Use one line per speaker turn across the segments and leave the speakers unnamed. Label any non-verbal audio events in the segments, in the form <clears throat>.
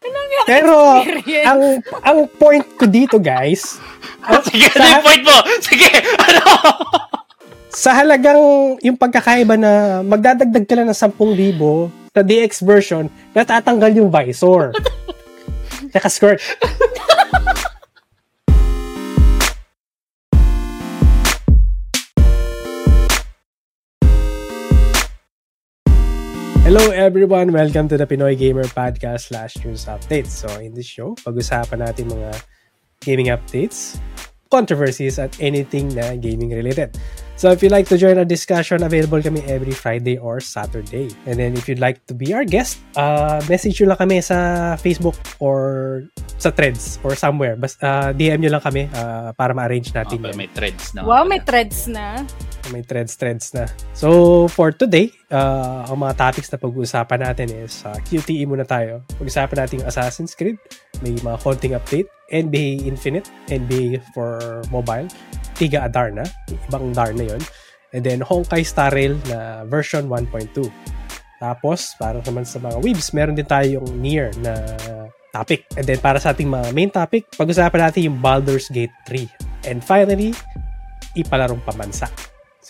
walang
Pero,
experience.
ang ang point ko dito, guys,
<laughs> Sige, ano yung point mo? Sige, ano?
sa halagang yung pagkakaiba na magdadagdag ka lang ng 10,000 sa DX version, natatanggal yung visor. Tsaka skirt. Hello everyone! Welcome to the Pinoy Gamer Podcast slash News Updates. So in this show, pag-usapan natin mga gaming updates, controversies, at anything na gaming related. So if you'd like to join our discussion, available kami every Friday or Saturday. And then if you'd like to be our guest, uh, message nyo lang kami sa Facebook or sa threads or somewhere. Bas, uh, DM nyo lang kami uh, para ma-arrange natin
Okay,
yan.
may threads na.
Wow, may threads na.
May threads-threads na. So, for today, uh, ang mga topics na pag-uusapan natin is uh, QTE muna tayo. Pag-usapan natin yung Assassin's Creed, may mga konting update, NBA Infinite, NBA for mobile, Tiga Adarna, ibang Darna yon and then Honkai Star Rail na version 1.2. Tapos, para naman sa mga weebs, meron din tayo yung near na topic. And then, para sa ating mga main topic, pag-usapan natin yung Baldur's Gate 3. And finally, ipalarong pamansa.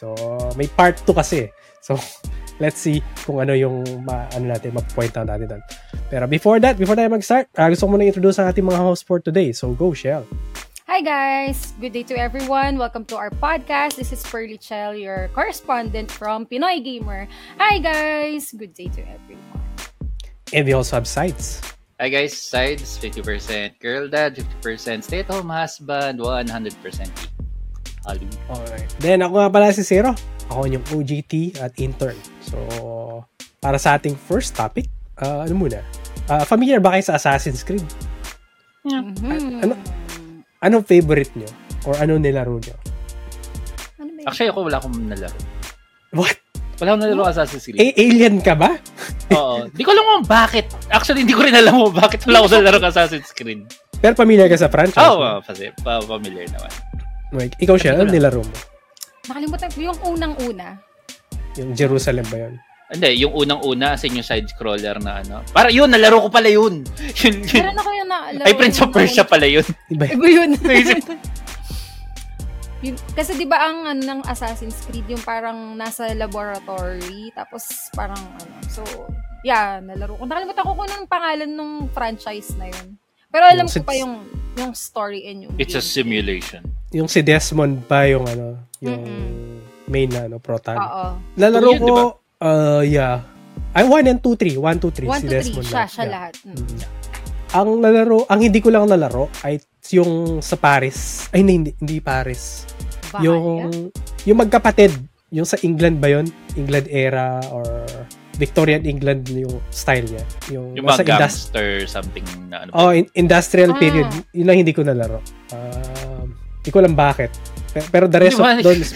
So, may part 2 kasi. eh. So, <laughs> let's see kung ano yung ma, ano natin, ma-point out natin doon. Pero before that, before tayo mag-start, ah, gusto ko muna introduce ang ating mga host for today. So, go, Shell.
Hi guys! Good day to everyone. Welcome to our podcast. This is Pearly Chell, your correspondent from Pinoy Gamer. Hi guys! Good day to everyone.
And we also have sites.
Hi guys, sides, 50% girl dad, 50% stay-at-home husband, 100% geek. Alu.
Alright. Then, ako nga pala si Zero. Ako yung OGT at intern. So, para sa ating first topic, ah, ano muna? Ah, familiar ba kayo sa Assassin's Creed?
Mhm.
Ano? Anong favorite nyo? Or anong nilaro nyo?
Ano ba yun?
Actually, ako wala akong nalaro.
What?
Wala akong nalaro Assassin's Creed.
Eh.
A- alien ka ba?
Oo. Hindi ko alam kung bakit. Actually, hindi ko rin alam kung bakit wala akong nalaro Assassin's Creed.
Pero familiar ka sa franchise.
Oo,
no?
oh, kasi pa familiar naman.
Like, ikaw, Shell, anong nilaro mo?
Nakalimutan ko yung
<laughs>
unang-una.
Yung Jerusalem ba yun?
Hindi, yung unang-una sa yung side-scroller na ano. Para yun, nalaro ko pala yun. <laughs> yun, yun.
Meron ako yung naalala.
Ay, Prince of Persia pala yun.
Iba
Iba yun.
<laughs> Naisip-
Yun- kasi 'di ba ang ano ng Assassin's Creed yung parang nasa laboratory tapos parang ano. So, yeah, nalaro ko. Nakalimutan ko kung anong pangalan nung franchise na yun. Pero alam
Yes,
ko pa
it's-
yung yung story and yung
It's a
game.
simulation.
yung si Desmond ba yung ano, yung main na ano, protagonist.
Oo.
Lalaro
Two yun,
ko,
di ba?
uh, yeah. Ay, 1 and 2, 3. 1, 2, 3. Si Desmond.
1, 2, 3, siya,
lang.
siya
Yeah.
lahat. Mm.
Mm-hmm.
Mm. Ang nalaro, ang hindi ko lang nalaro ay yung sa Paris. Ay, hindi, hindi, hindi Paris.
Baka
yung,
yan.
yung magkapatid. Yung sa England ba yun? England era or Victorian England yung style niya. Yung,
Yung
nasa
mga
indus-
gangster something na ano.
Oh, in- industrial
Ah.
period. Yun lang hindi ko nalaro. Um, hindi ko alam bakit. Pe- Pero the rest of
Hindi ba-
those <laughs> is-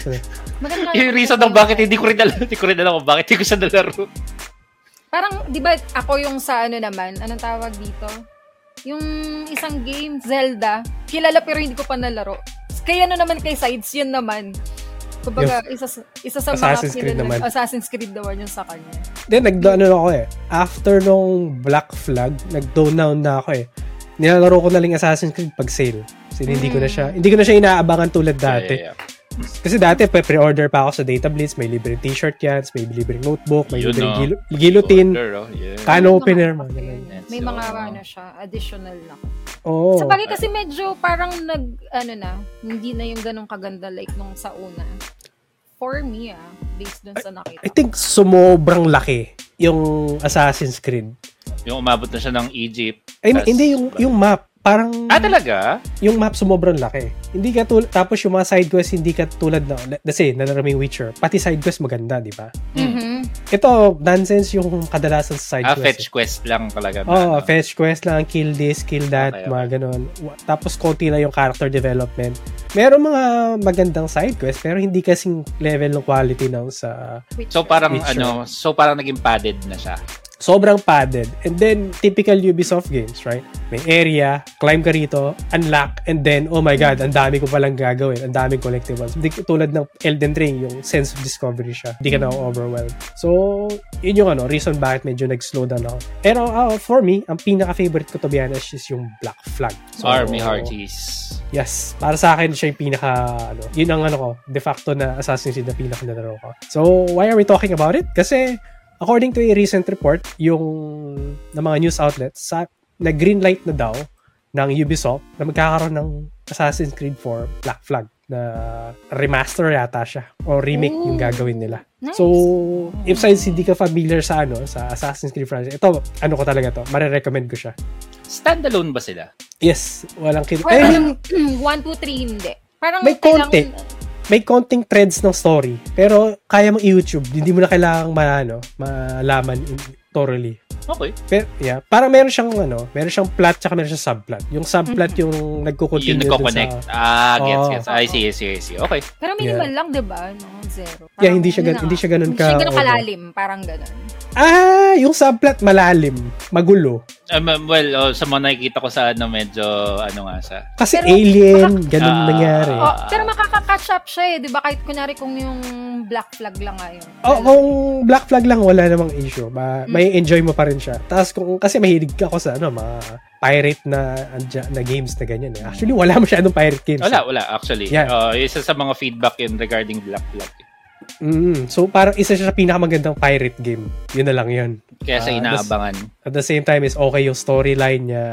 <laughs>
Maganda
Yung reason ng bakit hindi ko rin alam, hindi ko rin alam kung bakit hindi ko siya nalaro.
Parang, di ba, ako yung sa ano naman, anong tawag dito? Yung isang game, Zelda, kilala pero hindi ko pa nalaro. Kaya ano naman kay Sides, yun naman. Kumbaga, isa, sa- isa sa
Assassin's
mga
Creed naman.
kilala- Assassin's Creed naman yung sa kanya.
Then, nag-ano ako eh. After nung Black Flag, nag-down na ako eh. Nilalaro ko na lang Assassin's Creed pag sale. Kasi hindi
Hmm.
ko na siya, hindi ko na siya inaabangan tulad dati.
Yeah, yeah,
Kasi dati, pe- pre-order pa ako sa Data Blitz, may libreng t-shirt yan, may libreng notebook, may
Yun,
libreng
no.
gil-
yeah.
guillotine,
Order, oh, yeah.
can
May mga
Ah, opener, mga
ano pa
ganun. Oh,
yun.
ganun.
May
So,
mga
ah.
ano siya, additional na.
Oo.
Sa bagay kasi medyo parang nag, ano na, hindi na yung ganun kaganda like nung sa una. For me ah, based dun sa nakita.
I think sumobrang laki yung Assassin's Creed.
Yung umabot na siya ng Egypt.
I mean,
Tas-
hindi yung yung map, parang
Ah, talaga?
yung map sumobrang laki. Hindi ka tul- tapos yung mga side quest hindi ka tulad na kasi nalaraming Witcher. Pati side quest maganda, di ba?
Mhm.
Ito nonsense yung kadalasan sa side
Ah,
quest.
fetch quest lang talaga. na,
Oh,
ano.
fetch quest lang, kill this, kill that,
Okay, okay.
mga ganun. Wa- Tapos konti na yung character development. Meron mga magandang side quest pero hindi kasing level ng quality ng sa
Witcher.
So parang
Witcher.
ano, so parang naging padded na siya.
sobrang padded. And then, typical Ubisoft games, right? May area, climb ka rito, unlock, and then, oh my god, ang dami ko palang gagawin, ang daming collectibles. Hindi, tulad ng Elden Ring, yung sense of discovery siya. Hindi ka na overwhelmed. So, yun yung ano, reason bakit medyo nag-slow down ako. Pero uh, for me, ang pinaka-favorite ko to be honest is yung Black Flag. So,
Army Hearties.
Yes. Para sa akin, siya yung pinaka, ano, yun ang ano ko, de facto na Assassin's Creed na pinaka nalaro ko. So, why are we talking about it? Kasi, according to a recent report, yung ng mga news outlets, sa, nag-greenlight na daw ng Ubisoft na magkakaroon ng Assassin's Creed 4 Black Flag na remaster yata siya o remake
Ooh.
yung gagawin nila.
Nice.
So, if since hindi ka familiar sa ano, sa Assassin's Creed franchise, ito, ano ko talaga to, marirecommend ko siya.
Standalone ba sila?
Yes, walang kin...
Or
Eh,
parang <clears throat> 1, 2, 3, hindi. Parang
May
kailangan-
konti. may konting threads ng story, pero kaya mong i-YouTube, hindi mo na kailangang maano, malaman in, thoroughly.
Okay.
Pero, yeah, parang meron siyang ano, meron siyang plot tsaka meron siyang subplot. Yung subplot
Mm-hmm.
yung
Yung
nagko-continue dun
nagko-connect.
sa
Ah, gets,
Oo.
gets. I see, I see, I see. Okay.
Pero minimal lang, di ba? No, zero.
Yeah, hindi siya
ano
gan-
na
hindi
nga,
siya ganun
Hindi siya
ka-
ganun kalalim, parang ganun.
Ah, yung subplot malalim, magulo.
Um, um, well, oh, sa mga nakikita ko sa ano, medyo, ano nga sa...
Kasi
Pero-
alien, ganun
Ah.
nangyari.
Oh, pero makaka-catch up siya eh, di ba? Kahit kunwari kung yung black flag lang nga yun.
Oh, kung Black Flag lang wala namang issue, ma-
Mm.
may enjoy mo pa rin siya. Tapos kung kasi mahilig ako sa ano, mga pirate na andya- na games na ganyan eh. Actually, wala masyadong pirate games. eh.
Wala, wala, actually.
Yeah.
Oh, isa sa mga feedback yun regarding Black Flag.
Mm, so parang isa siya sa pinakamagandang pirate game. Yun na lang yun.
Kaya sa
Ah,
inaabangan.
At the same time is okay yung storyline niya.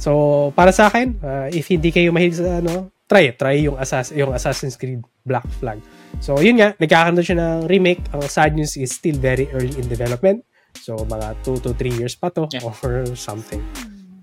So para sa akin, ah, if hindi kayo mahilig sa ano, try it. Try yung, Assass- yung Assassin's Creed Black Flag. So yun nga, nagkakaroon siya ng remake. Ang sad news is still very early in development. So mga 2 to 3 years pa to
Yeah.
or something.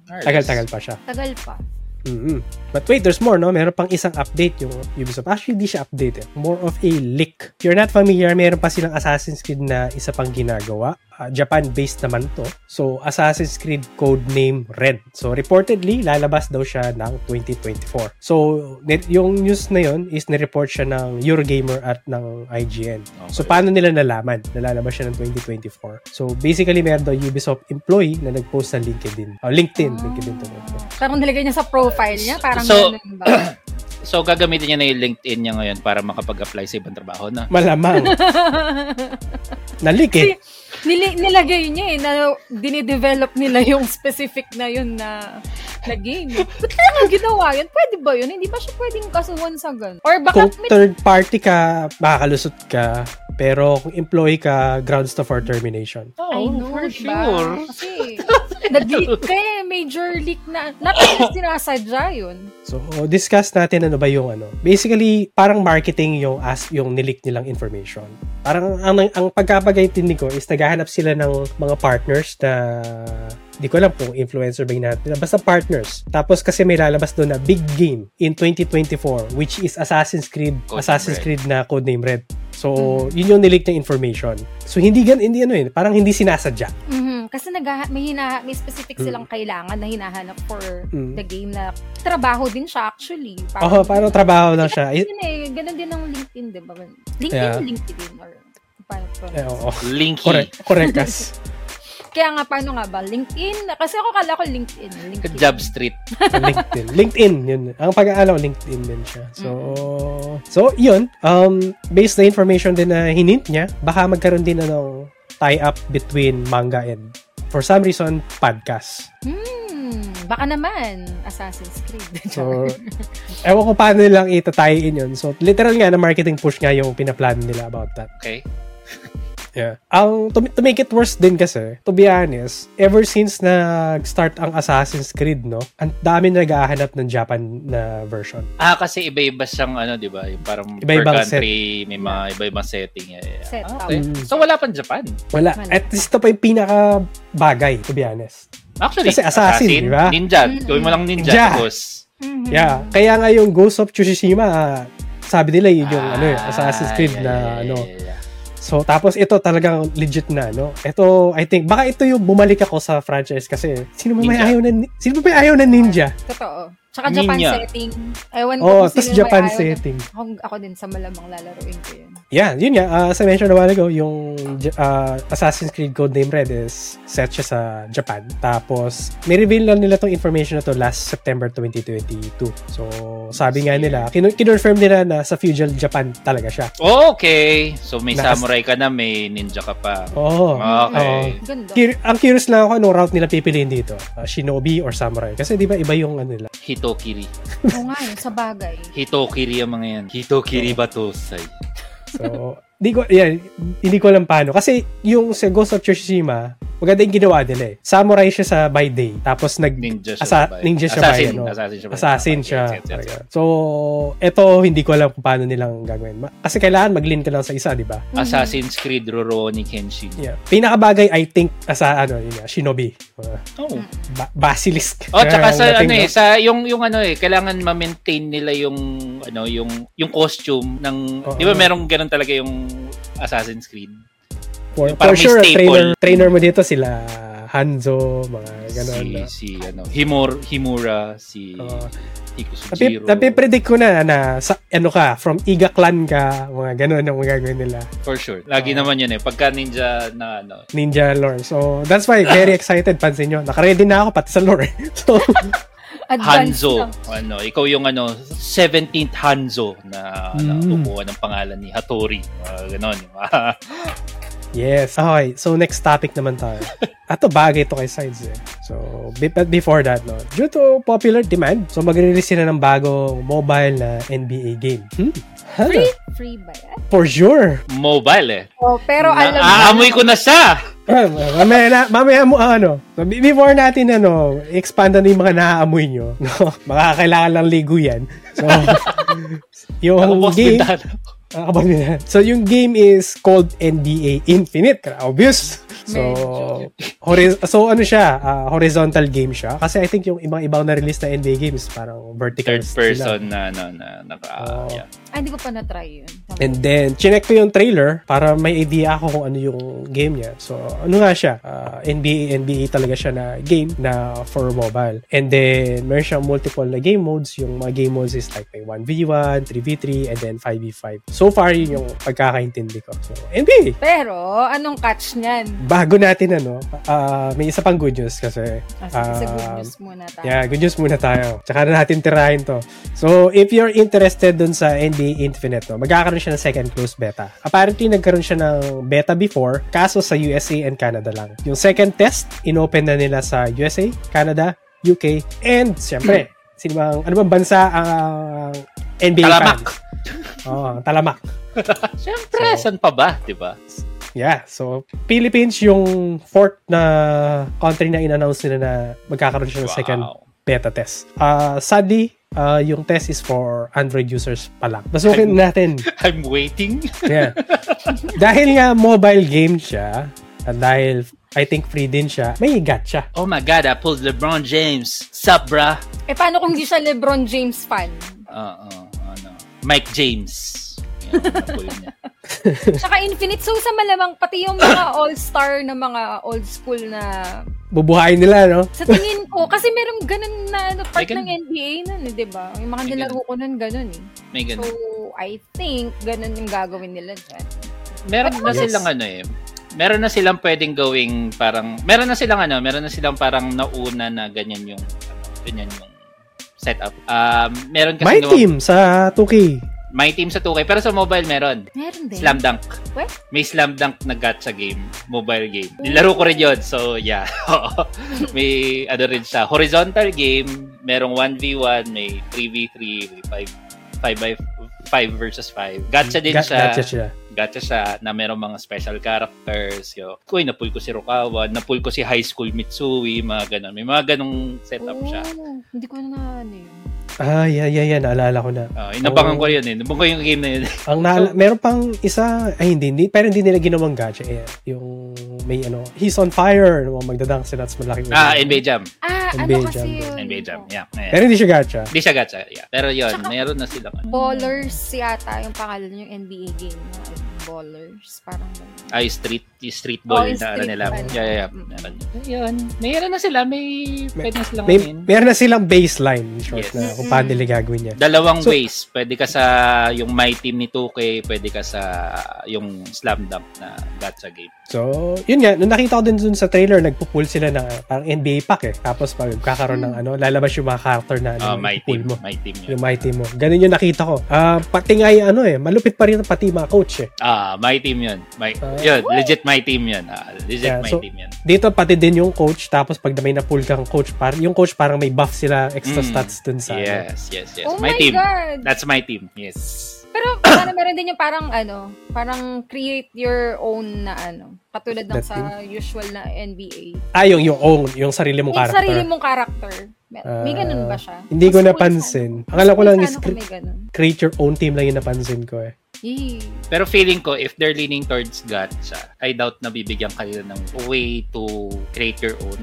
Alright.
Tagal-tagal pa siya.
Tagal pa.
mm But wait, there's more, no? Meron pang isang update yung Ubisoft. Actually, di siya update eh. More of a leak. If you're not familiar, meron pa silang Assassin's Creed na isa pang ginagawa. Ah, Japan-based naman to. So, Assassin's Creed codename Red. So, reportedly, lalabas daw siya ng 2024. So, net- yung news na yun is nireport siya ng Eurogamer at ng IGN. So,
Okay.
paano nila nalaman? Nalalabas siya ng 2024. So, basically, meron daw Ubisoft employee na nag-post sa LinkedIn. Oh, LinkedIn. LinkedIn to.
Parang nilagay niya sa profile niya, parang
So-
ganun ba?
So, gagamitin niya na yung LinkedIn niya ngayon para makapag-apply sa ibang trabaho na.
<laughs>
Malamang. Nalik eh.
Nili- nilagay niya eh, na dinidevelop nila yung specific na yun na, na game. Ba't kaya nga ginawa yun? Pwede ba yun? Hindi ba siya pwedeng kasuhan sa ganun? Or baka
Kung
may
third party ka, makakalusot ka. Pero kung employee ka, grounds to for termination.
Oh,
I know, diba?
<laughs>
Kasi, nag-leak ka eh. Major leak na. Natin sinasadya yun.
So, discuss natin ano ba yung ano. Basically, parang marketing yung as yung nilik nilang information. Parang ang, ang pagkapagaytindi ko is naghahanap sila ng mga partners na di ko alam kung influencer ba yung hinahanap nila. Basta partners. Tapos kasi may lalabas doon na big game in 2024 which is Assassin's Creed.
Codename
Assassin's
Red.
Creed na codename Red. So, yun yung nilik na information. So, hindi gan hindi ano yun. Parang hindi sinasadya.
Mhm. Kasi nagha- may, hina- may specific silang kailangan na hinahanap for
Mm.
the game na trabaho din siya actually.
Oo, parang trabaho lang siya. I-
Yun eh, ganun din ang LinkedIn, di ba? LinkedIn,
Yeah.
LinkedIn, or paano to?
eh, oo.
Linky.
Correct. Correct, Cass.
Kaya nga, paano nga ba? LinkedIn? Kasi ako kala ko LinkedIn. LinkedIn.
Job Street.
LinkedIn. LinkedIn, yun. Ang pag-aalaw, LinkedIn din siya. So, so yun. Um, based na information din na hinint niya, baka magkaroon din ano, tie-up between manga and for some reason, podcast.
Hmm, baka naman, Assassin's Creed. <laughs>
So, ewan ko paano nilang itatayin yun. So, literal nga na marketing push nga yung pinaplan nila about that.
Okay.
Yeah. Ang to, to make it worse din kasi, to be honest, ever since nag-start ang Assassin's Creed, no, ang dami naghahanap ng Japan na version.
Ah, kasi iba-iba siyang ano, di ba? Yung Parang
Iba-ibang
per country, may mga iba-ibang setting. Yeah, yeah.
Set
Ah,
up.
okay.
Mm.
So, wala pang Japan.
Wala.
Wala.
At least ito pa yung pinaka bagay, to be honest.
Actually,
Kasi assassin, di ba?
Ninja.
Mm-mm.
Gawin mo lang ninja.
Ninja.
Tapos,
Mhm.
Yeah. Kaya nga yung Ghost of Tsushima, ah, sabi nila yun yung
Ah,
ano, eh, Assassin's Creed
yeah,
na
yeah, yeah,
ano.
yeah, yeah.
So tapos ito talagang legit na ano. Ito I think baka ito yung bumalik ako sa franchise kasi sino ba may
Ninja.
ayaw na sino ba may ayaw na ninja?
Totoo. Tsaka Japan
Ninya.
setting. Ewan ko
Oh,
kung
tapos
sino may
Japan
ayaw na-
setting.
Ako, ako din sa malamang lalaroin ko yun.
Yeah, yun nga. ah, as I mentioned a while ago, yung J- ah, Assassin's Creed Codename Red is set siya sa Japan. Tapos, ni-reveal lang nila tong information na to last September 2022. So, sabi nga nila, kin- kinonfirm nila na sa feudal Japan talaga siya.
Okay. So may
Nakas-
samurai ka na, may ninja ka pa.
Oh. Oo.
Okay.
Mm, Ganda.
Cur- ang curious lang ako anong route nila pipiliin dito. Ah, shinobi or samurai. Kasi di ba iba yung ano nila.
Hitokiri.
Oo nga yun, sa
<laughs>
bagay.
Hitokiri ang mga yan. Hitokiri ba to? Sai?
So, <laughs> di ko, yeah, hindi ko alam paano. Kasi yung sa Ghost of Tsushima, maganda yung ginawa nila eh. Samurai siya sa by day. Tapos nag,
Ninja siya.
Asa-
ba yun?
ninja siya ba
assassin,
yun, no?
Assassin siya. ba yun?
assassin
Okay,
siya.
yes, yes, yes, yes.
Talaga. So, eto hindi ko alam kung paano nilang gagawin. Ma- Kasi kailangan mag-lean ka lang sa isa, di ba?
Mhm.
Assassin's Creed Rurouni Kenshin.
Mm. Yeah. Pinakabagay, I think, asa, ano, yun nga, Shinobi. Uh,
Oh.
ba- basilisk.
Oh, tsaka
Ang
sa
dating,
ano eh,
no?
sa yung yung ano eh, kailangan ma-maintain nila yung ano, yung yung costume ng
Oo.
'di ba merong ganun talaga yung Assassin's Creed.
For, for
parang may
sure,
staple.
trainer, trainer mo dito sila Hanzo, mga ganun.
si
no?
si ano, Himur, Himura, si
Oo. Tapi,
Ikusujiro.
tapi predict ko na na sa ano ka, from Iga clan ka, mga ganun ang magagawin nila.
for sure. Lagi
Oo.
naman 'yun eh, pagka ninja na ano.
Ninja lore. So, that's why
<laughs>
very excited pansin nyo. Nakaready na ako pati sa lore. <laughs> so,
Advanced
Hanzo.
lang.
Ano, ikaw yung ano 17th Hanzo na ano,
Mm.
kumuha ng pangalan ni Hattori. Uh, ganun.
yes. Okay, so next topic naman tayo. Ato bagay to kay Sides eh. So, be- but before that, no, due to popular demand, so magre-release sila ng bagong mobile na NBA game. Hmm? Ano?
Free? Free ba yan?
For sure.
<laughs> Mobile eh.
Oh, pero alam mo.
Aamoy ko na siya.
Ah, mamaya, na, mamaya mo, ah, ano, b- before natin, ano, expand na yung mga naaamoy nyo, no? <laughs> Makakailangan lang ligo yan. So,
Ako
yung
boss
game,
Bintana.
Ah, kapag nila- so yung game is called NBA Infinite, Kaya obvious. So, hori- so ano siya, ah, horizontal game siya. Kasi I think yung ibang ibang na-release na NBA games, parang vertical.
third Oh.
sila.
person na na na naka
Oo.
yeah.
Ah, hindi ko pa na-try yun.
And then, chinek ko yung trailer para may idea ako kung ano yung game niya. So, ano nga siya? ah, NBA, NBA talaga siya na game na for mobile. And then, meron siyang multiple na game modes. Yung mga game modes is like may 1v1, 3v3, and then 5v5. So far, yun yung pagkakaintindi ko. So, NBA!
Pero, anong catch niyan?
Bago natin ano, ah, may isa pang good news kasi.
Ah, sige, sa good
Ah,
news muna tayo.
Yeah, good news muna tayo. Tsaka na natin tirahin to. So, if you're interested dun sa NBA Infinite, no, magkakaroon siya ng second closed beta. Apparently, nagkaroon siya ng beta before, kaso sa USA and Canada lang. Yung second test, inopen na nila sa USA, Canada, UK, and
<clears throat>
siyempre, sino bang, ano bang bansa ang NBA
Talamak.
fans? Oo, ang talamak.
Siyempre,
So-
saan pa ba, 'di ba?
Yeah, so Philippines yung fourth na country na in-announce nila na magkakaroon siya ng second beta test. Ah, sadly, ah, yung test is for Android users pa lang. Basukin natin.
I'm waiting.
Yeah. dahil nga mobile game siya, at dahil I think free din siya, may gacha.
<laughs> Oh my god, I pulled LeBron James. Sup, brah?
Eh, paano kung hindi siya LeBron James
<laughs>
fan?
Oo, ano. Mike James. Yan,
<laughs>
napull niya.
Tsaka Infinite, so sa malamang, pati yung
<coughs>
mga all-star na mga old school na
Bubuhayin nila, no?
Sa tingin ko, kasi merong ganun na ano, part
May ganun.
ng NBA nun, eh, di ba? Yung mga
May
nilaro ko nun, ganun eh.
May
So,
ganun.
I think, ganun yung gagawin nila dyan.
Meron na
Yes.
silang ano eh. Meron na silang pwedeng gawing parang meron na silang ano, meron na silang parang nauna na ganyan yung ano, ganyan yung setup. Um, meron kasi
My
gawa-
team sa 2K.
My team sa 2K pero sa mobile meron.
Meron din.
Slam Dunk.
What?
May Slam Dunk na gacha game. Mobile game. Nilaro ko rin yun. So, yeah. <laughs> Oo. may ano rin siya. Horizontal game. Merong 1v1. May 3v3. May 5 5 by 5 versus 5. Gacha din
Ga-
siya.
Gacha siya.
Gacha siya na merong mga special characters. Yo. Uy, napul ko si Rukawa. Napul ko si High School Mitsui. Mga ganun. May mga ganung setup
Oo,
siya.
Oh, Hindi ko na ano yun.
Ah, yeah, yeah, yeah. Naalala ko na.
Uh, inabangan
Oh.
ko yun eh. Inabangan ko yung game na
<laughs>
yun.
Ang naala- meron pang isa, ay hindi, hindi, pero hindi nila ginawang gacha. Eh, yung may ano, he's on fire. Ano, magdadang sila at malaking.
ah, NBA Jam.
Ah, ano
NBA
kasi
Jam
yun?
NBA Jam. Yeah. yeah.
Pero hindi siya gacha.
Hindi siya gacha, yeah. Pero yun,
Tsaka-
meron na silang...
Ballers yata yung pangalan yung NBA game. na ano. ballers. Parang ganun.
Ay, street, street ball na
Oh,
ano
street
nila.
ball.
Yeah, yeah, yeah. Meron. Yun. May ano na sila. May
May-
pwede na silang
May,
kunin.
meron na silang baseline in short
Yes.
na kung paano nila gagawin yan. So-
Dalawang ways. Pwede ka sa yung My Team ni 2K, pwede ka sa yung Slam Dunk na gacha game.
So, yun nga, nung nakita ko din dun sa trailer, nagpo-pull sila ng uh, parang NBA pack eh. Tapos magkakaroon ng ano, lalabas yung mga character na ano,
Ah, my
pull
Team.
mo.
My Team yun.
Yung mighty mo. Ganun yung nakita ko. Ah, pati nga yung ano eh, malupit pa rin pati yung mga coach eh.
Ah, My Team yun. My,
Ah.
yun, legit My Team yun. Ah, legit
Yeah,
My
so-
Team yun.
Dito pati din yung coach, tapos pag may na-pull kang coach, par yung coach parang may buff sila, extra
Mm.
stats dun sa ano.
Yes, yes, yes.
Oh
my
my
Team.
God!
That's My Team. Yes.
Pero ano, meron din yung parang ano, parang create your own na ano. Katulad ng
That
sa usual na NBA.
Ah, yung, yung own, yung sarili mong
Yung
character.
sarili mong character. May, may
Ah,
ganun ba siya?
Hindi ko
Mas cool
napansin.
sana.
Ang alam ko
Mas
lang
cool
is
sana kung
cre-
may ganun.
create your own team lang yung napansin ko eh.
Yee.
Pero feeling ko, if they're leaning towards gacha, I doubt na bibigyan kanila ng way to create your own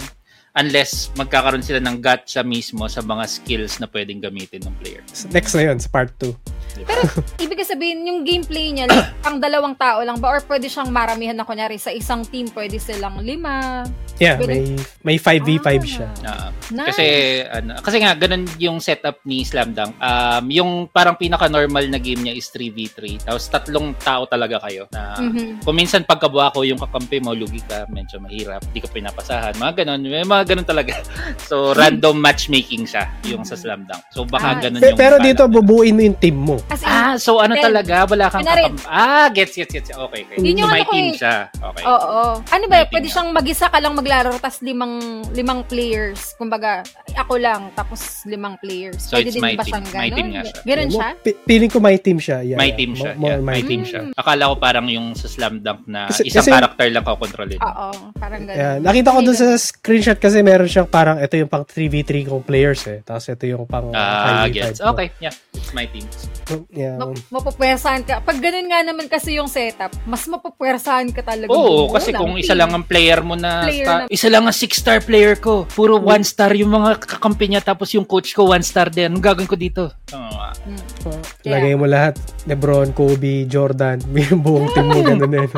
unless magkakaroon sila ng gacha mismo sa mga skills na pwedeng gamitin ng player.
S- Next na yun, sa part 2.
Di ba?
Pero ibig sabihin, yung gameplay
<coughs>
niya, like, ang dalawang tao lang ba? Or pwede siyang maramihan na kunyari sa isang team, pwede silang lima.
Yeah,
Pwede-
may may 5v5 siya.
Ah.
Nice.
Kasi ano, kasi nga ganun yung setup ni Slam Dunk. Um yung parang pinaka normal na game niya is 3v3. Tapos tatlong tao talaga kayo na
Mhm.
kung minsan pagkabuha ko yung kakampi mo, lugi ka, medyo mahirap, di ka pinapasahan, mga ganun, may mga ganun talaga. <laughs> So, random matchmaking siya, yung sa slam dunk. So, baka
Ah.
ganun
Pe-
yung...
Pero dito,
balance.
bubuin mo yung team mo.
As in,
Ah, so ano
Then,
talaga, wala kang
kunwari-
kakampi. Ah, gets, gets, gets. Okay, okay.
Yun yung
so, may
ano ko
team
eh.
siya. Okay.
Oo. Ano ba,
May team
pwede
na.
siyang mag-isa ka lang maglaro, tapos limang, limang players. Kumbaga, ako lang, tapos limang players.
So,
pwede
it's
din
my
ba
team.
siyang
My
ganun?
team nga siya.
Ganun
Mo-
siya?
pi- Piling ko my team siya. Yeah,
May
yeah.
team siya.
Mo- mo-
yeah,
my
my
team.
team siya.
Mm,
Akala ko parang yung sa slam dunk na
Kasi-
isang
kasi-
character lang kakontrolin.
Oo, parang ganun.
Yeah, nakita ko
Ay,
dun sa
ganun.
screenshot kasi meron siyang parang ito yung pang 3v3 kong players eh. Tapos ito yung pang
Ah,
5v5
gets.
ko.
Okay, yeah. It's my team.
So, yeah.
Map- mapapwersahan ka. Pag ganun nga naman kasi yung setup, mas mapapwersahan ka talaga.
Oo,
Buo
kasi
ng
kung
team.
isa lang ang player mo na,
Player
sta-
na- Hmm.
isa lang ang six-star player ko, puro one-star yung mga kakampi niya, tapos yung coach ko one-star din. Anong gagawin ko dito? Ah,
Mm.
Lagay mo lahat. Lebron, Kobe, Jordan. <laughs> May buong team
<laughs>
mo ganun eh.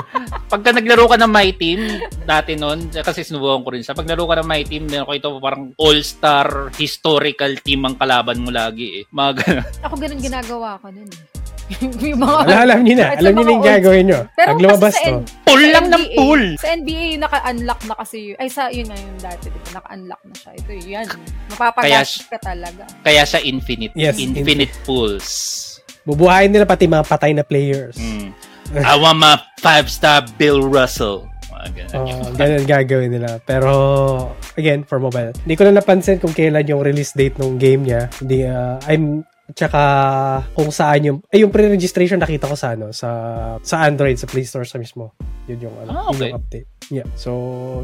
Pagka naglaro ka ng My Team, <laughs> dati noon, kasi sinubukan ko rin siya, pag naglaro ka ng My Team, meron ko ito parang all-star historical team ang kalaban mo lagi eh. Mga
<laughs>
ganun.
Ako ganun ginagawa ko nun. eh. <laughs> May mga...
Alam, alam niyo na.
Kahit sa
Alam niyo na
mga
yung
old-
gagawin nyo.
Pero
Pag
kasi
lumabas
sa
to.
N-
Pull
sa
lang ng
NBA
pull!
Sa NBA, naka-unlock na kasi yun. Ay, sa yun na yun dati. Diba? Naka-unlock na siya. Ito yan. Mapapagash ka talaga.
Kaya sa Infinite.
Yes,
infinite Pools.
Bubuhayin nila pati mga patay na players.
Mm. I want my five-star Bill Russell. Mga ganun.
Oh,
<laughs>
ganun gagawin nila. Pero, again, for mobile. Hindi ko na napansin kung kailan yung release date ng game niya. Hindi, ah, I'm tsaka kung saan yung ay yung pre-registration nakita ko sa ano sa sa Android sa Play Store sa mismo yun yung ano
Ah, okay.
yun yung update yeah so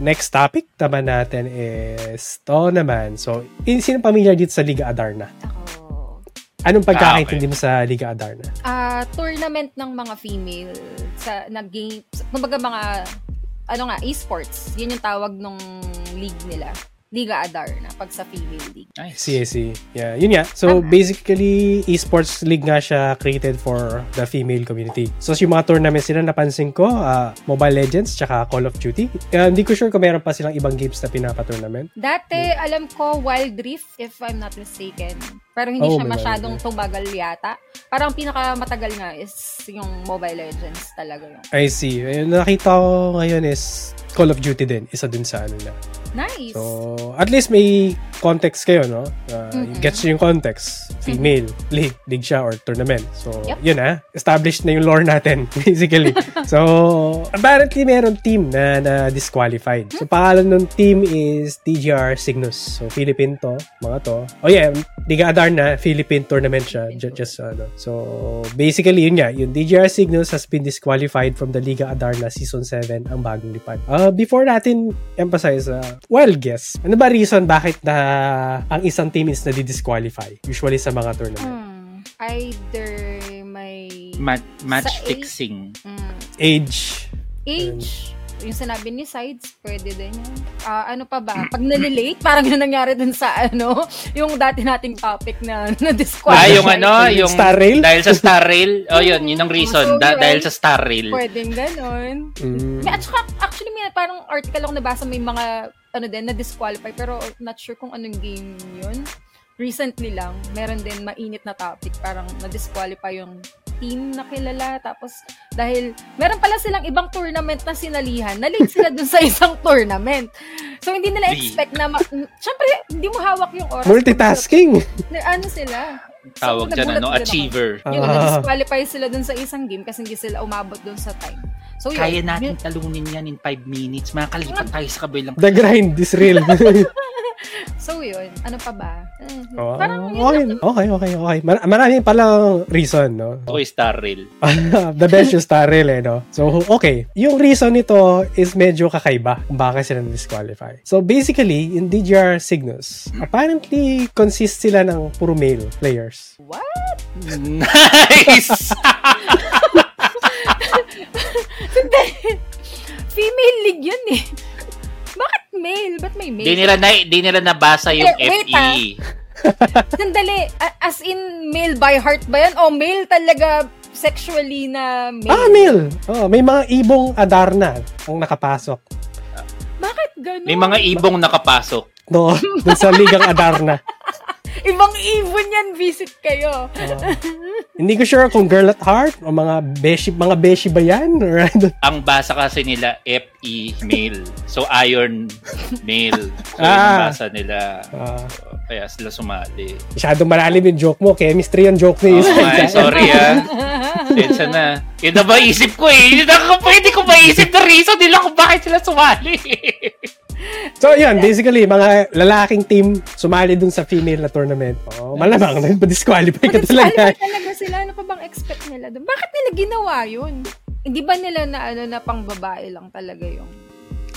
next topic naman natin is to naman so in, sino pamilya dito sa Liga Adarna
Ako.
anong pagkakaintindi
Ah,
mo sa Liga Adarna
Ah, tournament ng mga female sa nag-games. Kumbaga mga ano nga, esports. Yun yung tawag nung league nila. Liga Adarna pag sa female league.
Nice.
CSC. Yeah, yun nga. So,
Tama.
basically, esports league nga siya created for the female community. So, yung mga tournaments nila, napansin ko, ah, Mobile Legends, tsaka Call of Duty. Ah, hindi ko sure kung meron pa silang ibang games na pinapa-tournament.
Dati, alam ko, Wild Rift, if I'm not mistaken. Pero hindi
Oh,
siya
may Wild
masyadong tumagal yata. Parang pinakamatagal nga is yung Mobile Legends talaga yun.
I see. Ayun, nakita ko ngayon is Call of Duty din. Isa din sa ano na.
Nice!
So, at least may context kayo, no? Ah,
Mhm.
Gets nyo yung context. Female, league, league siya or tournament. So,
Yep.
yun ah. Established na yung lore natin, <laughs> basically. so, apparently meron team na na-disqualified. So, pangalan ng team is TGR Cygnus. So, Philippine to, mga to. Oh yeah, Liga Adarna, Philippine tournament siya. Ju- Just, ano. So, basically, yun nga. Yung DJR Cygnus has been disqualified from the Liga Adarna Season 7, ang bagong lipat. Uh, before natin emphasize, uh, wild guess. Ano ba reason bakit na ang isang team is na-disqualify? Usually sa mga tournament.
Hmm, either may hmm.
Ma- match
Sa eight.
fixing.
mm,
Age.
age yung sinabi ni Sides, pwede din yan. Ah, ano pa ba? Pag nalilate, parang yun nangyari dun sa ano, yung dati nating topic na
Ah,
na-disqualify.
yung ano, yung
Star Rail?
dahil sa Star
<laughs>
Rail. Oh, yun, yun ang reason.
So,
Da-
yun.
dahil sa Star Rail.
Pwedeng ganon.
Mm.
May, at saka, actually, may parang article ako nabasa may mga, ano din, na-disqualify, pero not sure kung anong game yun. Recently lang, meron din mainit na topic, parang na-disqualify yung team na kilala. Tapos, dahil meron pala silang ibang tournament na sinalihan, nalate sila dun sa <laughs> isang tournament. So, hindi nila
Three.
expect na, ma- syempre, hindi mo hawak yung oras.
Multitasking.
Na- Ano sila?
Tawag dyan,
nagulat
ano,
din ako.
achiever.
Yung
Ah.
na-disqualify sila dun sa isang game kasi hindi sila umabot dun sa time. So, yun.
Kaya natin talunin yan in 5 minutes. Makakalipat tayo sa kabilang.
The grind is
<laughs>
real. <laughs>
So yun, ano pa ba? Eh,
Oh,
Parang
okay,
yun
okay, okay, okay. Mar- marami palang reason, no?
Okay, Star <laughs> Rail.
<laughs> the best yung star rail, eh, no? So, okay. Yung reason nito is medyo kakaiba kung bakit sila disqualify. So, basically, in DGR Cygnus, apparently, consist sila ng puro male players.
What?
nice!
Female league yun eh. <laughs> Bakit male? Ba't may
di
male?
nila na, di nila nabasa yung E.
Eh, wait,
FE.
ah. Sandali, a- as in male by heart ba yan? O male talaga sexually na male?
Ah, male! Oh, may mga ibong Adarna ang nakapasok.
Bakit ganun?
May mga ibong nakapasok.
<laughs> No, dun sa ligang Adarna.
Ibang even yan, visit kayo.
Oh. hindi ko sure kung girl at heart o mga beshi, mga beshi ba yan? <laughs> Or I don't-
Ang basa kasi nila FE male. So iron male. So yun ang
Ah.
basa nila.
Ah,
Kaya sila sumali.
masyadong malalim yung joke mo. Chemistry yung joke ni
Oh,
Isaac.
my, sorry
<laughs>
ah. Sensa na. Yun na ba isip ko eh. Yun ang pwede ko maisip na reason nila kung bakit sila sumali. <laughs>
So yun, basically, mga lalaking team sumali dun sa female na tournament. Oh, malamang, <laughs> disqualify ka
Disqualify
talaga.
talaga sila. Ano pa bang expect nila doon? Bakit nila ginawa yun? Hindi ba nila na ano na pang babae lang talaga yung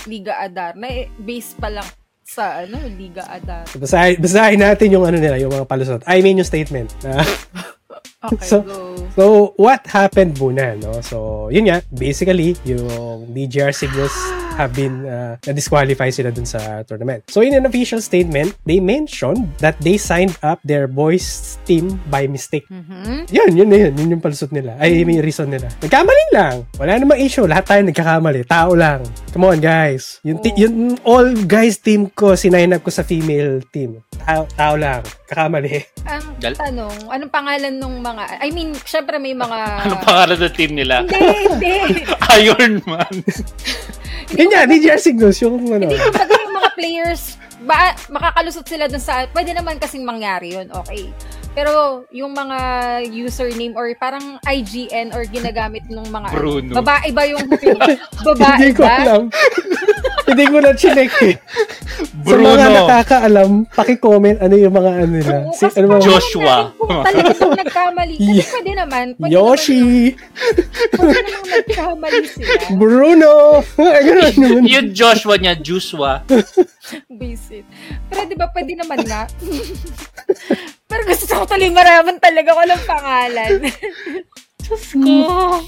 Liga Adar? Na eh, base pa lang sa ano, Liga Adar.
Basahin, basahin natin yung ano nila, yung mga palusot. I mean, yung statement. <laughs> Ah,
Okay,
So-
go.
so, what happened muna, no? So, yun nga, basically, yung DGR Signals have been ah, na-disqualify sila dun sa tournament. So, in an official statement, they mentioned that they signed up their boys team by mistake.
Mhm.
Yun, yun na yun. Yun yung palusot nila. Ay, may reason nila. Nagkamali lang. Wala namang issue. Lahat tayo nagkakamali. Tao lang. Come on, guys. Yung, ti-
Oo.
yung all guys team ko, sinign up ko sa female team. Tao, tao lang. Kakamali.
Ang
Gal-
tanong, anong pangalan nung mga, I mean, syempre may mga...
<laughs> Ano pangalan ng team nila?
Hindi, hindi.
Iron
<laughs>
Man.
Ganyan, DJ Signals. Yung ano.
Hindi, kumbaga yung mga players, ba, makakalusot sila dun sa, pwede naman kasing mangyari yun, okay. Pero yung mga username or parang IGN or ginagamit nung mga ano,
Bruno.
babae ba yung
<laughs>
babae
<laughs> Hindi ko
ba? <laughs>
alam. Hindi ko na chinek eh. Sa mga
Bruno.
nakakaalam, pakicomment ano yung mga ano nila.
Oo,
Si,
kasi
ano mga,
parang
Joshua.
natin Kung talagang nagkamali,
<laughs>
kasi pwede naman. Pwede
Yoshi!
Naman, pwede naman nagkamali
<laughs>
sila.
Bruno! Ay, ganun
<laughs>
yun.
Yung Joshua niya, Joshua.
Visit. Pero di ba pwede naman nga? <laughs> Pero gusto ko tuloy maraman talaga ko ng pangalan. <laughs> Diyos ko.
Hmm.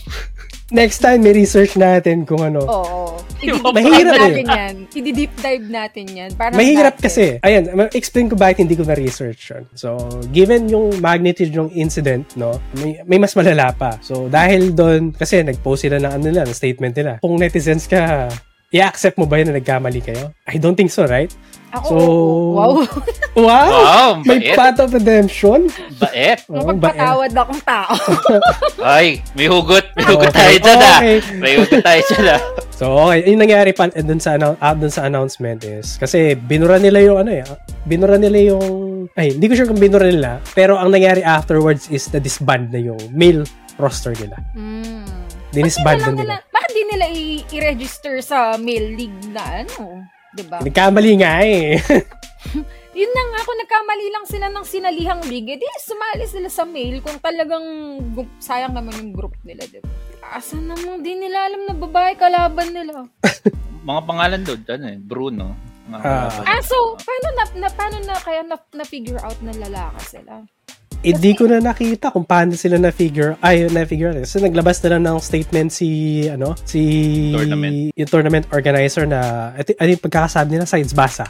Next time, may research natin kung ano.
Oo. I-deep
Mahirap eh.
dive natin yan. I-deep dive natin yan. Para
Mahirap
natin.
kasi. Ayan, ma- explain ko bakit hindi ko na-research yun. So, given yung magnitude ng incident, no, may, may mas malala pa. So, dahil doon, kasi nag-post sila ng ano nila, ng statement nila. Kung netizens ka, i-accept mo ba yun na nagkamali kayo? I don't think so, right?
Ako,
So- oh,
oo.
<laughs>
wow.
Wow!
Wow,
Ah, May
bait.
path of redemption?
Bait.
Ang
Oo, bait.
pagpatawad akong
<laughs>
tao.
Ay, may hugot. May hugot
Okay.
tayo dyan ah.
Okay.
May hugot tayo dyan ah.
So, okay. Yung nangyari pa dun sa, annou- ah, dun sa announcement is, kasi binura nila yung ano eh, ah, binura nila yung, ay, hindi ko sure kung binura nila, pero ang nangyari afterwards is na disband na yung male roster nila.
mm.
Dinisband
Bakit
na
di
nila.
nila, bakit di nila i- i-register sa mail league na ano? Diba?
Nagkamali nga eh. <laughs>
Yun na nga, kung nagkamali lang sila ng sinalihang league, eh, di sumali sila sa mail kung talagang gu- sayang naman yung group nila, di ba? Asa naman, di nila alam na babae kalaban nila.
Mga pangalan doon, ano eh, Bruno. Mga
Ah.
pangalan.
Ah, so, paano na, na, paano na kaya na, na-figure out na lalaka sila?
Hindi ko na nakita kung paano sila na figure ay na figure out. eh. So naglabas na lang ng statement si ano si
Tournament.
yung tournament organizer na I think, I think pagkakasabi nila Science Basa.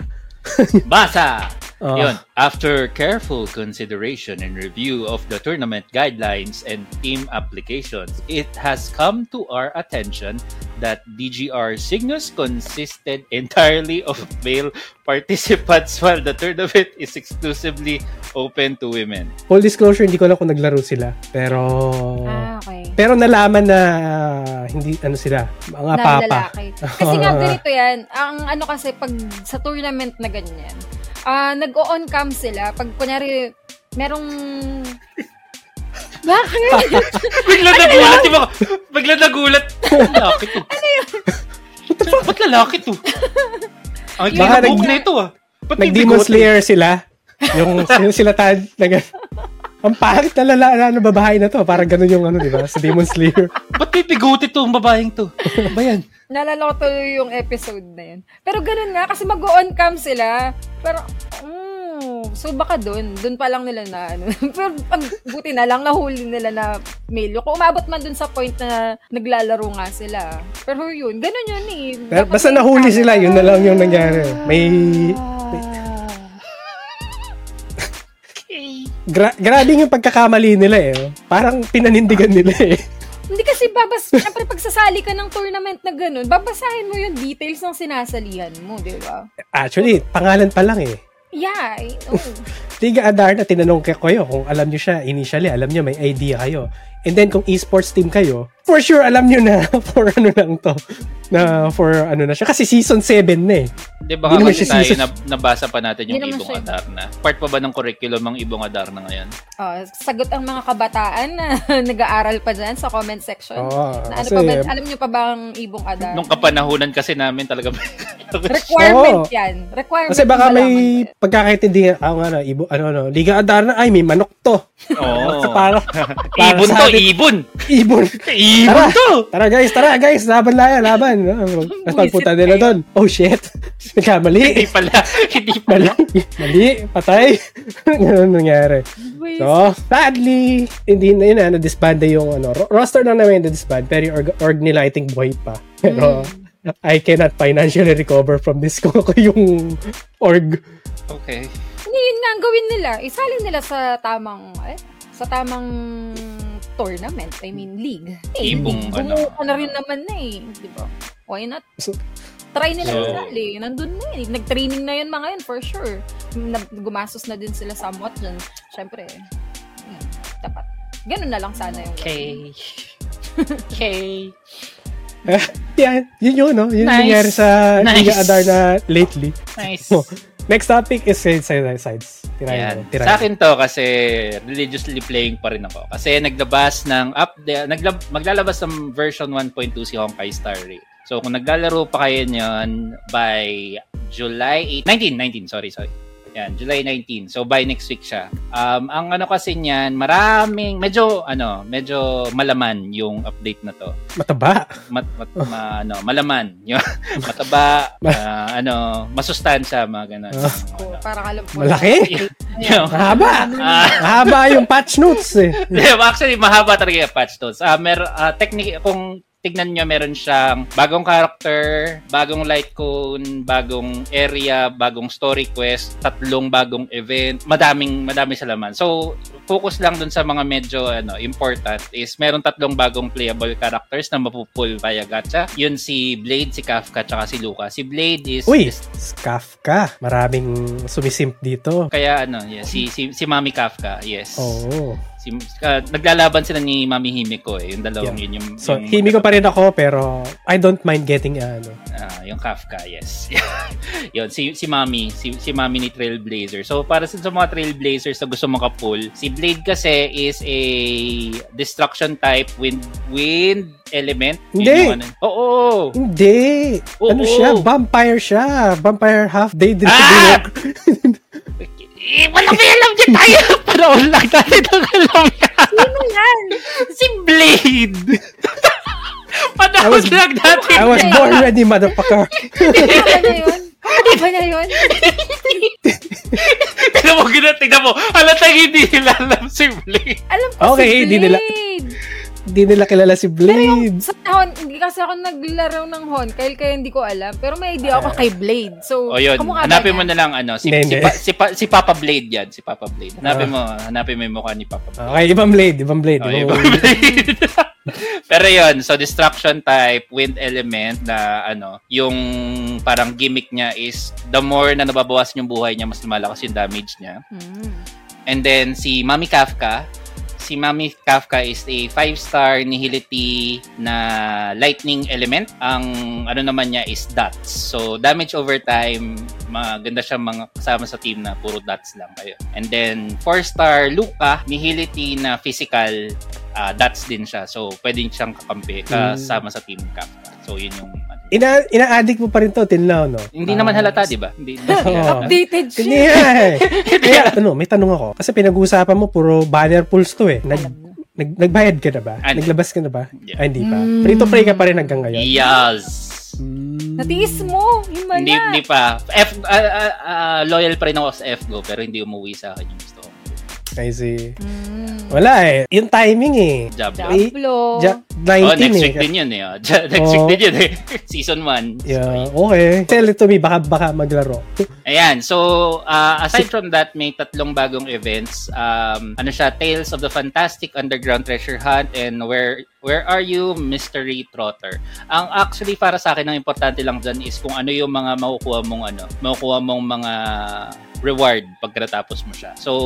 Basa!
Oh.
Yun. After careful consideration and review of the tournament guidelines and team applications, it has come to our attention that DGR Cygnus consisted <laughs> entirely of male participants while the tournament is exclusively open to women.
Full disclosure, hindi ko alam kung naglaro sila. Pero
Ah, okay.
pero nalaman na ah, hindi ano sila, mga
na
papa.
lalaki. Kasi
<laughs>
nga ganito yan, ang ano kasi pag sa tournament na ganyan, ah nag-on cam sila pag kunyari
<laughs>
merong Bakit?
Bigla nagulat, di ba? Bigla nagulat. Ano Lalaki to. Ano yun? Ba't lalaki to? Ang
Baka
ikli na buhok
nag-
na ito ah. Ba't may
Nag-Demon
bigote?
Slayer sila. Yung, yung sila tad, nag- ang pangit na lala, ano, babae na to. Parang ganun yung ano, di ba? Sa Demon Slayer.
Ba't may bigote to ang babaeng to? Ano Ba yan?
nalala ko tuloy yung episode na yun. Pero ganun nga, kasi mag-on cam sila. Pero, mm, so baka dun, dun pa lang nila na, ano. <laughs> Pero ang buti na lang, nahuli nila na mail. Kung umabot man dun sa point na naglalaro nga sila. Pero yun, ganun yun eh.
Pero
Dapat
basta
may
nahuli
camera.
sila, yun na lang yung nangyari. May, gra- grabe yung pagkakamali nila eh. Parang pinanindigan nila eh.
Hindi kasi babas, syempre pag sasali ka ng tournament na ganun, babasahin mo yung details ng sinasalihan mo, di ba?
Actually, pangalan pa lang eh.
Yeah, eh, oo.
Tiga Adarna, tinanong ko kayo kung alam nyo siya initially, alam nyo may idea kayo. And then kung esports team kayo, for sure alam nyo na <laughs> for ano lang to. Na for ano na siya. Kasi season 7 na eh.
Di ba
Hindi naman
kasi
siya
tayo
season-
nab- nabasa pa natin yung
Hindi naman
Ibong
siya-
Adarna. Part pa ba ng curriculum ang Ibong Adarna ngayon?
Ah, sagot ang mga kabataan na <laughs> nag-aaral pa dyan sa comment section.
Oo,
na ano
kasi-
pa ba, alam nyo pa ba ang ibong adar?
Nung kapanahunan kasi namin talaga.
Oo.
Requirement yan. Requirement.
Kasi baka
yung
may
malaman mo
pagkakaintindihan, ako nga na, ibo, ano, ano, Liga Adarna, ay, may manok to. <laughs>
Oo.
Parang, parang
ibon
sa
to,
atin,
ibon!
ibon.
Ibon to!
Tara guys, tara guys, laban na yan, laban. Tapos pagpunta nila doon, oh shit, <laughs>
Hindi <laughs>
nagkamali.
pala. Hindi pala.
Mali, mali, patay. <laughs> Ganun nangyari.
yan. Wait.
So, sadly, hindi na yun na, na-disband na yung ano, ro- roster na namin na-disband, pero yung org, org nila, I think, buhay pa. Pero,
Hmm.
I cannot financially recover from this <laughs> kung ako yung org. <laughs>
Okay.
Hindi, yun nga ang gawin nila. Isali nila sa tamang, eh, sa tamang tournament. I mean, league. Eh,
Ibong
league.
ano.
Bumuo ka na rin naman na eh. Di ba? Why not?
So-
Try nila
So-
isali. Nandun na eh. Nag-training na yun mga yun, for sure. Nag- Gumastos na din sila somewhat dyan. Siyempre, yun, dapat. Ganun na lang sana yung
<laughs>
Okay. Okay.
Yan, yun yun, no? Yun yung
Nice.
nangyari sa
Nice.
Liga Adarna lately.
Nice.
Oh. Next topic is side side sides. Tirayan.
Ayan.
tirayan.
Sa akin to kasi religiously playing pa rin ako. Kasi naglabas ng update, naglab, maglalabas ng version 1.2 si Honkai Star Rail. So kung naglalaro pa kayo niyan by July 8, 19, 19, sorry, sorry. Yan, July 19. So by next week siya. Um, ang ano kasi niyan, maraming medyo ano, medyo malaman yung update na to
Mataba.
mat, mat, ma- ano, malaman. Yung <laughs> mataba, ah, ano, masustansya, mga ganun.
Ah.
Oh,
Ano.
para alam po.
Malaki.
Yung-
Mahaba.
Ah.
Mahaba yung patch notes eh.
Yeah, actually, mahaba talaga yung patch notes. Ah, mer ah, technique, kung tignan nyo, meron siyang bagong character, bagong light cone, bagong area, bagong story quest, tatlong bagong event, madaming, madami sa laman. So, focus lang dun sa mga medyo ano, important is meron tatlong bagong playable characters na mapupull via gacha. Yun si Blade, si Kafka, tsaka si Luca. Si Blade is...
Uy,
is-
scaff ka. Maraming sumisimp dito.
kaya ano, yeah, si, si, si Mami Kafka, yes.
Oo.
Si, ah, naglalaban sila ni Mami Himiko eh. Yung dalawang yun yung...
So,
yung,
himi ko pa rin ako pero I don't mind getting ano.
Ah, yung Kafka, yes. <laughs> yun, si, si Mami. Si, si Mami ni Trailblazer. So, para sa, sa mga Trailblazers na gusto makapull, si Blade kasi is a destruction type wind wind element. Yun
Hindi.
yung ano- Oo!
Hindi.
Oo.
Ano siya? Vampire siya. Vampire half day din
Ah! Eh, walang may alam dyan tayo! <laughs> Panahon lang natin ang alam yan.
Sino yan?
Si Blade! <laughs>
I
Panahon
was-
lang natin!
I was
Okay. <laughs>
born ready, motherfucker. <laughs>
Ano ba na yun? Ano ba na yun?
Pero Tignan mo, gina, tignan mo. Halata hindi nila alam si Blade.
Alam ko
Okay,
si
di nila-
Blade.
Hindi nila kilala si
Pero yung
Blade.
sa Hon, hindi kasi ako naglaro ng Hon, kaya kaya hindi ko alam. Pero may idea ako kay Blade. So,
O Oh, yun,
kamukha ba
hanapin
niya?
mo na lang ano, si,
Hindi, Ah.
si,
hindi.
pa, si, pa, si Papa Blade yan, si Papa Blade. Hanapin mo, hanapin mo yung mukha ni Papa Blade.
Okay, ibang Blade, ibang Blade.
Okay,
ibang Blade.
Beyblade. <laughs> Pero yun, so destruction type, wind element na ano, yung parang gimmick niya is the more na nababawasan yung buhay niya, mas lumalakas yung damage niya.
Mm.
And then si Mami Kafka, si Mami Kafka is a five-star nihility na lightning element. Ang ano naman niya is dots. So damage over time, maganda siya mga kasama sa team na puro dots lang kayo. And then four-star Luca, nihility na physical ah, dots din siya. So pwede siyang kakampi kasama sa team Kafka. So yun yung ano.
Ina, ina-addict mo pa rin to till now, no?
hindi
Ah,
naman halata, di ba? Hindi, hindi
Oo.
halata.
Updated
Hindi
siya.
nga
<laughs>
eh. Kaya, ano, may tanong ako. Kasi pinag-uusapan mo, puro banner pulls to eh. Nag, nag, nagbayad ka na ba?
Ano?
Naglabas ka na ba?
Yeah.
Ay, hindi pa.
Mm.
Free to play ka pa rin hanggang ngayon.
Yes!
Mm.
Natiis mo. Yung mala.
Hindi, hindi pa. F, ah, ah, ah, loyal pa rin ako sa FGO, pero hindi umuwi sa akin yung gusto ko.
I see.
Mm.
Wala eh. Yung timing eh.
Job lang.
Diablo.
Ja-
Oh,
19
next
eh.
week din yun eh. <laughs> oh. next
Oo.
week din yun eh. <laughs> Season 1.
Yeah, okay. Tell it to me, baka, baka maglaro.
Ayan, so uh, aside from that, may tatlong bagong events. Um, ano siya, Tales of the Fantastic Underground Treasure Hunt and Where Where Are You, Mystery Trotter. Ang actually para sa akin, ang importante lang dyan is kung ano yung mga makukuha mong ano, makukuha mong mga reward pagkatapos mo siya. So,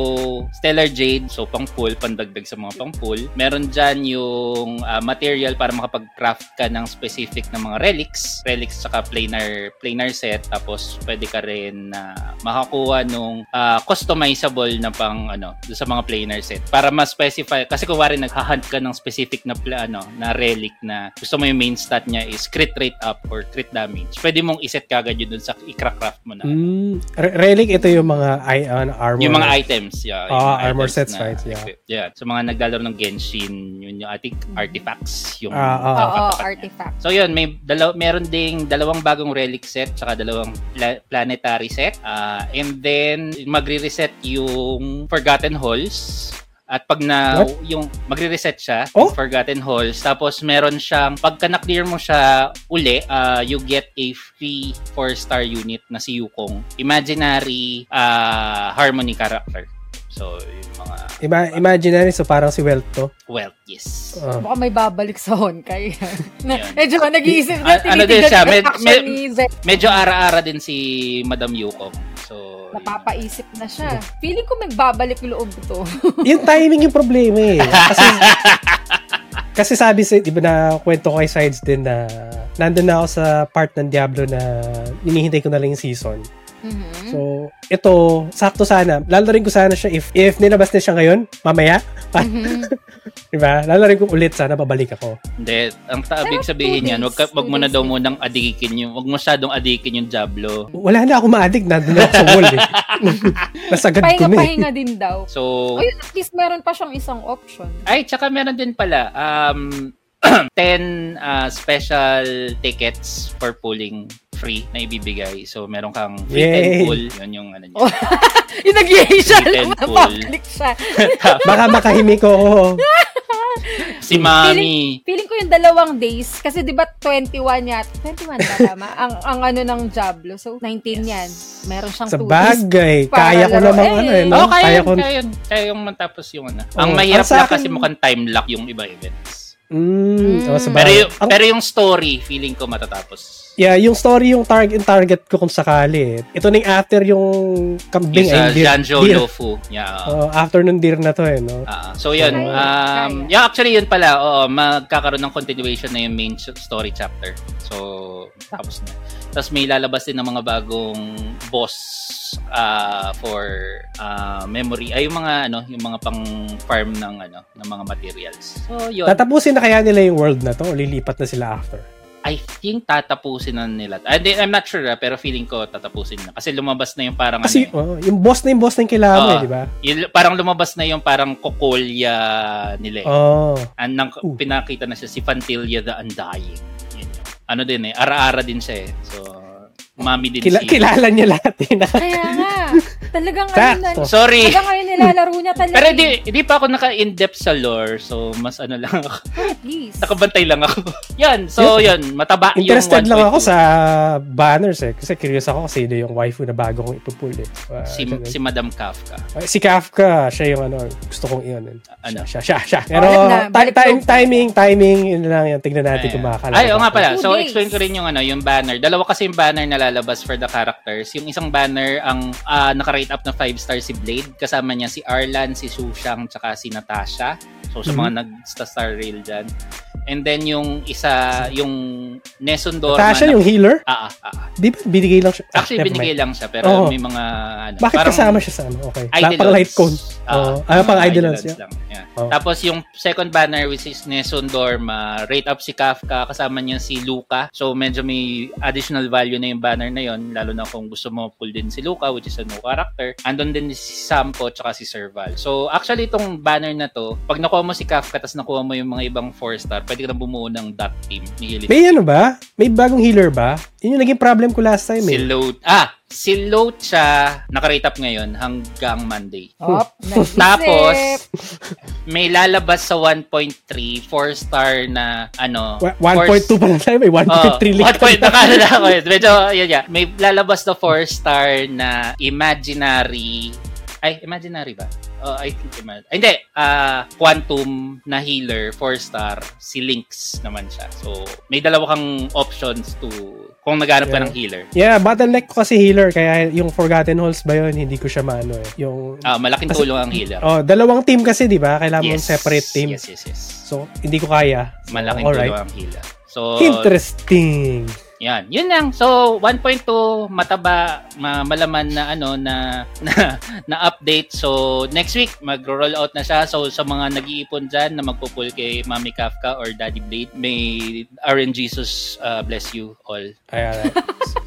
Stellar Jade, so pang pool, pandagdag sa mga pang pool. Meron dyan yung ah, material para makapag-craft ka ng specific na mga relics. Relics saka planar, planar set. Tapos, pwede ka rin na makakuha nung ah, customizable na pang ano, doon sa mga planar set. Para mas specify, kasi kung wari naghahunt ka ng specific na pla, ano, na relic na gusto mo yung main stat niya is crit rate up or crit damage. Pwede mong iset kagad yun dun sa i-craft mo na.
Mm, re- relic, ito yung mga ion armor.
Hmm. Yung mga items, yeah.
Ah,
yung mga
armor
items
sets,
na
right, yeah.
equip. Yeah, so mga naglalaro ng Genshin, yun yung ating artifacts, yung
Ah, ah.
Oo,
nakakatapat niya.
artifact.
So yun, may dalaw meron ding dalawang bagong relic set tsaka dalawang pla- planetary set. Ah, and then magre-reset yung Forgotten Halls. At pag na
What?
yung magre-reset siya,
Oh?
Forgotten Halls, tapos meron siyang pagka na-clear mo siya uli, ah, you get a free 4-star unit na si Yukong, imaginary ah, harmony character. So yung mga
Ima- imaginary, so parang si Welt to.
wealth, yes.
Ah.
Baka may babalik sa Honkai.
<laughs>
Na-
Yun.
Medyo ka nag-iisip na
Ah, ano din
tinitigan
siya,
yung
med-
action
med-
ni Zed.
Medyo ara-ara din si Madam Yukong. So, yun.
Napapaisip na siya. Feeling ko magbabalik yung loob to.
yung timing yung problema eh.
<laughs>
Kasi, kasi sabi sa, di ba na kwento ko kay Sides din na nandun na ako sa part ng Diablo na hinihintay ko na lang yung season.
Mhm.
So, ito, sakto sana. Lalarin ko sana siya if, if nilabas na siya ngayon, mamaya. <laughs>
Mhm.
Di ba? Lalarin ko ulit, sana babalik ako.
Hindi, ang taabig
Pero
sabihin
two
niyan, wag, ka,
days,
wag
two
mo na
days
daw
lang.
munang adikin yung, wag masyadong adikin yung Diablo.
Wala na ako ma-addict, nandun na ako sa wall eh. <laughs> Nasagad ko na eh.
Pahinga-pahinga din daw.
So,
Ayun, at least meron pa siyang isang option.
ay, tsaka meron din pala, um, <clears throat> 10 ah, special tickets for pulling free na ibibigay. So, meron kang free
Yay!
10 pull. Yun yung ano niya.
Oh. Yung nag-yay siya,
Hidden pool.
napapalik siya.
Baka makahimik ako.
si Mami.
Feeling ko yung dalawang days, kasi di ba 21 yata, 21 ba tama? ang, ang ano ng Diablo, so 19 yan. Meron siyang
Sa
two days.
bagay,
para
kaya ko
laro
namang
eh.
ano eh. No?
Oo, kaya,
ko.
yun, kaya yun. Kaya yung matapos yung ano.
Oo.
Ang
Ang
mahirap
sa
lang
akin-
kasi mukhang time lock yung iba events.
Mm, oh, sa
Pero,
bagay.
yung,
Ang-
pero yung story, feeling ko matatapos.
Yeah, yung story yung target target ko kung sakali. eh. Ito na yung after yung kambing
Yung
ay,
sa
deer-
Janjo
deer.
Lofu. Yeah.
Oo, after nung deer na to eh, no?
Ah, so yun,
Kaya,
um,
kaya.
yeah, actually yun pala, oo, magkakaroon ng continuation na yung main ch- story chapter. So, tapos na. Tapos may lalabas din ng mga bagong boss ah, for ah, memory. Ay, yung mga, ano, yung mga pang farm ng, ano, ng mga materials. So, yun.
Tatapusin na kaya nila yung world na to o lilipat na sila after?
I think tatapusin na nila. I, I'm not sure, ah, pero feeling ko tatapusin na. Kasi lumabas na yung parang,
Kasi
ano, eh, Ah,
oh, yung boss na yung boss na yung kailangan mo eh,
Oo.
di ba?
yung- parang lumabas na yung parang kokolya nila. eh.
Oo.
And nang
Ooh.
pinakita na siya si Fantilia the Undying. Yun yun. Ano din eh, ara-ara din siya eh. So, mami din
Kila-
si...
kilala niya lahat. eh, na-
Kaya nga. Talagang
Fact.
ayun na.
Sorry.
Talagang ayun nilalaro niya talaga.
Pero di, di pa ako naka-in-depth sa lore. So, mas ano lang ako. <laughs>
Please.
Nakabantay lang ako. yan. So, yan. Mataba
Interested
Ah, yung
lang ako
1.2.
sa banners eh. Kasi curious ako kung sino yung waifu na bago kong ipupull eh. Ah,
Si,
ganun.
si Madam Kafka.
Ay, si Kafka, siya yung ano, gusto kong iyon.
Ano?
Siya, siya, siya. Pero
alam Oh, na,
ti-
balik
time,
ko.
timing, timing, yun lang yan. Tingnan natin
Ayan.
kung makakala.
Ay, oo nga pala.
Two
So,
days.
explain ko rin yung ano, yung banner. Dalawa kasi yung banner na lalabas for the characters. Yung isang banner, ang ah, naka-rate up na 5 star si Blade. Kasama niya si Arlan, si Sushang, tsaka si Natasha. So, sa
Mhm.
mga nag-star rail dyan. And then, yung isa, yung Nessun Dorma.
Tasha, yung healer?
Ah, ah, ah.
Di ba binigay lang siya? Ah,
Actually,
never
binigay
mind.
lang siya. Pero
Oo.
may mga... Ano,
Bakit
parang
kasama siya sa ano? Okay. Lang,
Idolons.
pang light cone.
Ah,
Oo. Ah, pang
mga
Idolons, yeah. Oh.
lang. Yeah.
Oo.
Tapos yung second banner which is Nessun Dorma, rate up si Kafka, kasama niya si Luca. So medyo may additional value na yung banner na yon lalo na kung gusto mo pull din si Luca which is a new character. Andon din si Sampo tsaka si Serval. So actually itong banner na to, pag nakuha mo si Kafka tapos nakuha mo yung mga ibang 4 star, pwede ka na bumuo ng dot team. Ni Hilary.
May ano ba? May bagong healer ba? Yun yung naging problem ko last time
Si
eh.
Load. Ah, si Load siya nakarate up ngayon hanggang Monday.
Hmm.
<laughs>
Op, nag-isip.
Tapos, may lalabas sa 1.3, 4-star na, ano, oh,
Wa-
four-
1.2 pa lang tayo. May 1.3
Oo,
link.
1.3 nakala ako yun. Medyo, yun yan. May lalabas na 4-star na imaginary, ay, imaginary ba? Oh, I think imaginary. Hindi, ah, quantum na healer, 4-star, si Lynx naman siya. So, may dalawa kang options to, kung naghanap ka
Yeah.
ng healer.
Yeah, bottleneck ko kasi healer. Kaya yung Forgotten Halls ba yun? Hindi ko siya maano eh. Yung...
Ah, malaking
Kasi-
tulong ang healer.
Oh, dalawang team kasi, di ba? Kailangan mong separate team.
Yes, yes, yes.
So, hindi ko kaya. So,
Malaking
alright.
tulong ang healer. So,
Interesting.
Yan, yun lang. So 1.2 mataba ma- malaman na ano na <laughs> na, na update. So next week magro-roll out na siya. So sa mga nag-iipon diyan na magpupul kay Mami Kafka or Daddy Blade, may RN Jesus uh, bless you all.
Ayan.
<laughs>
ayan.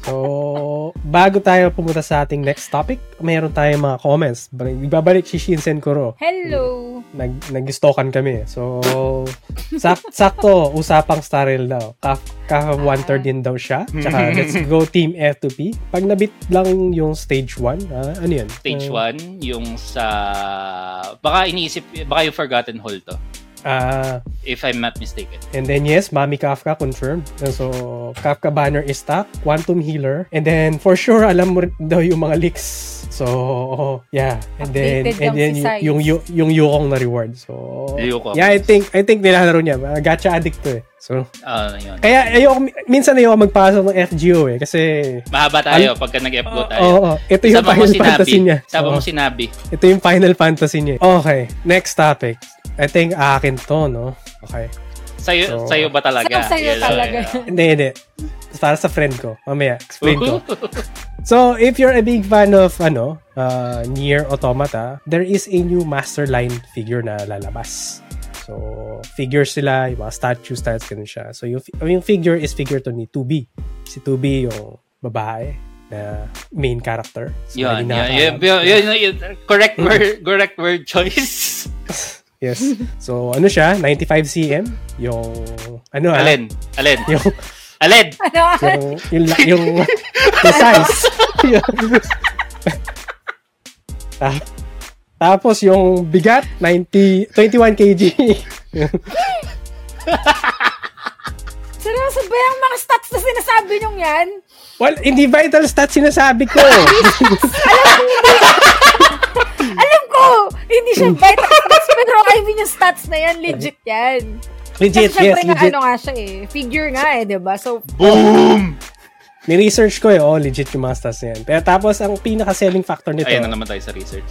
so, bago tayo pumunta sa ating next topic, meron tayong mga comments. Ibabalik si Shinsen Kuro.
Hello.
Nag, nag-stalkan kami. So, sak- <laughs> sakto, usapang Star Rail daw. Kaf, kaf one third
Ah.
din daw siya. Tsaka, let's go Team F2P. Pag nabit lang yung stage 1, ano yun?
Stage 1 yung sa baka iniisip baka yung Forgotten Hall to
Ah,
if I'm not mistaken.
And then yes, Mami Kafka confirmed. And So Kafka banner is stuck, Quantum Healer. And then for sure alam mo rin daw yung mga leaks. So yeah. And then
Updated
and
lang
then
si
yung
Sides.
yung yu- yung Yukong na reward. So
Yukong.
Yeah, I think I think nilalaro niya. Mga Gacha addict to eh. So
Ah, yun.
kaya ayoko minsan ayoko magpasok ng FGO eh kasi
Mahaba tayo pagka nag-upload tayo.
Oo, oo. ito yung
Sama mo
final
si
fantasy
Nabi.
niya.
Sama
Oo.
mo si Nabi.
Ito yung final fantasy niya. Okay, next topic. I think akin to, no? Okay. So-
Sa'yo, sa'yo ba talaga?
Sa'yo- sa'yo
Yun,
talaga.
yun.
Hindi, hindi. Para sa friend ko. Mamaya, explain ko.
Uh-huh.
So, if you're a big fan of, ano, uh, Nier Automata, there is a new master line figure na lalabas. So, figures sila, yung mga statue styles, ganun siya. So, yung, yung figure is figure to ni 2B. Si 2B yung babae na main character. So,
Yun,
hindi
yun, yun,
nakakaalam.
yun, yun, yun,
<laughs>
correct word, correct word choice.
Yes. So, ano siya? 95 cm. Yung, ano ah?
Alin, alin,
Yung,
alin.
Ano?
<laughs> yung, yung, la- yung, yung <laughs> size. Ta- Ah. Tapos yung bigat, 90, 21 kg.
<laughs> Seryoso ba yung mga stats na sinasabi niyong yan?
well, hindi vital stats sinasabi ko.
Alam ko, hindi siya vital stats, pero I mean yung stats na yan, legit yan.
<laughs>
Kasi
legit, yes,
syempre na
legit.
ano nga siya eh, figure nga eh, di ba? So,
Boom!
Ni-research ko eh, oh, legit yung mga stats na yan. Pero tapos, ang pinaka-selling factor nito,
Ayan na naman tayo sa research.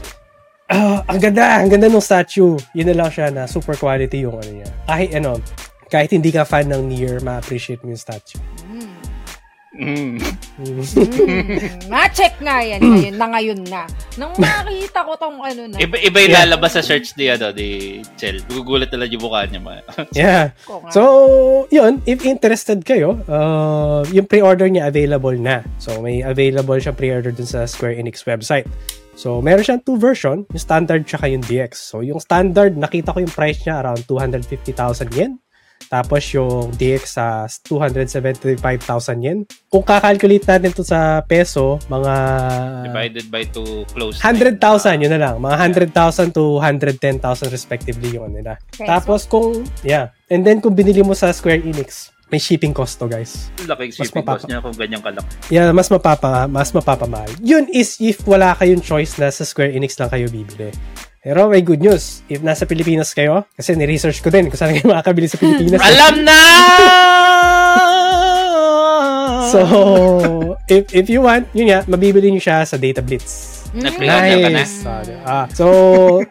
Ah, ang ganda, ang ganda ng statue. Yun na lang siya na super quality yung ano niya. Kahit ano, kahit hindi ka fan ng Nier, ma-appreciate mo yung <laughs> statue.
Mm.
hmm, na-check nga
<clears throat>
yan ngayon, na ngayon na. Nung nakita ko tong ano na,
Iba, iba yung
Yeah.
lalabas sa search niya, ano, di Chel. Gugulat talaga yung mukha niya.
Ah.
ma.
Yeah.
ko nga.
So, yun, if interested kayo, uh, yung pre-order niya available na. So, may available siya pre-order dun sa Square Enix website. So, meron siyang two version, yung standard tsaka yung DX. So, yung standard, nakita ko yung price niya around 250,000 yen. Tapos yung DX sa 275,000 yen. Kung kakalculate natin to sa peso, mga
Divided by 2 close.
100,000, yun na lang. Mga 100,000 to 110,000 respectively yung ano nila.
Peso.
Tapos kung, yeah. And then kung binili mo sa Square Enix, may shipping cost to guys.
Ah, Laki
Mas
shipping
mapapa-
cost niya kung ganyang kalaki.
Yeah, mas mapapa mas mapapamahal. Yun is if wala kayong choice na sa Square Enix lang kayo bibili. Pero may good news, if nasa Pilipinas kayo, kasi ni-research ko din kung saan kayo makakabili sa Pilipinas.
<laughs> Alam na!
So, if if you want, yun nga, mabibili niyo siya sa Data Blitz.
Pre-order ka na?
Sabi- Ah, so,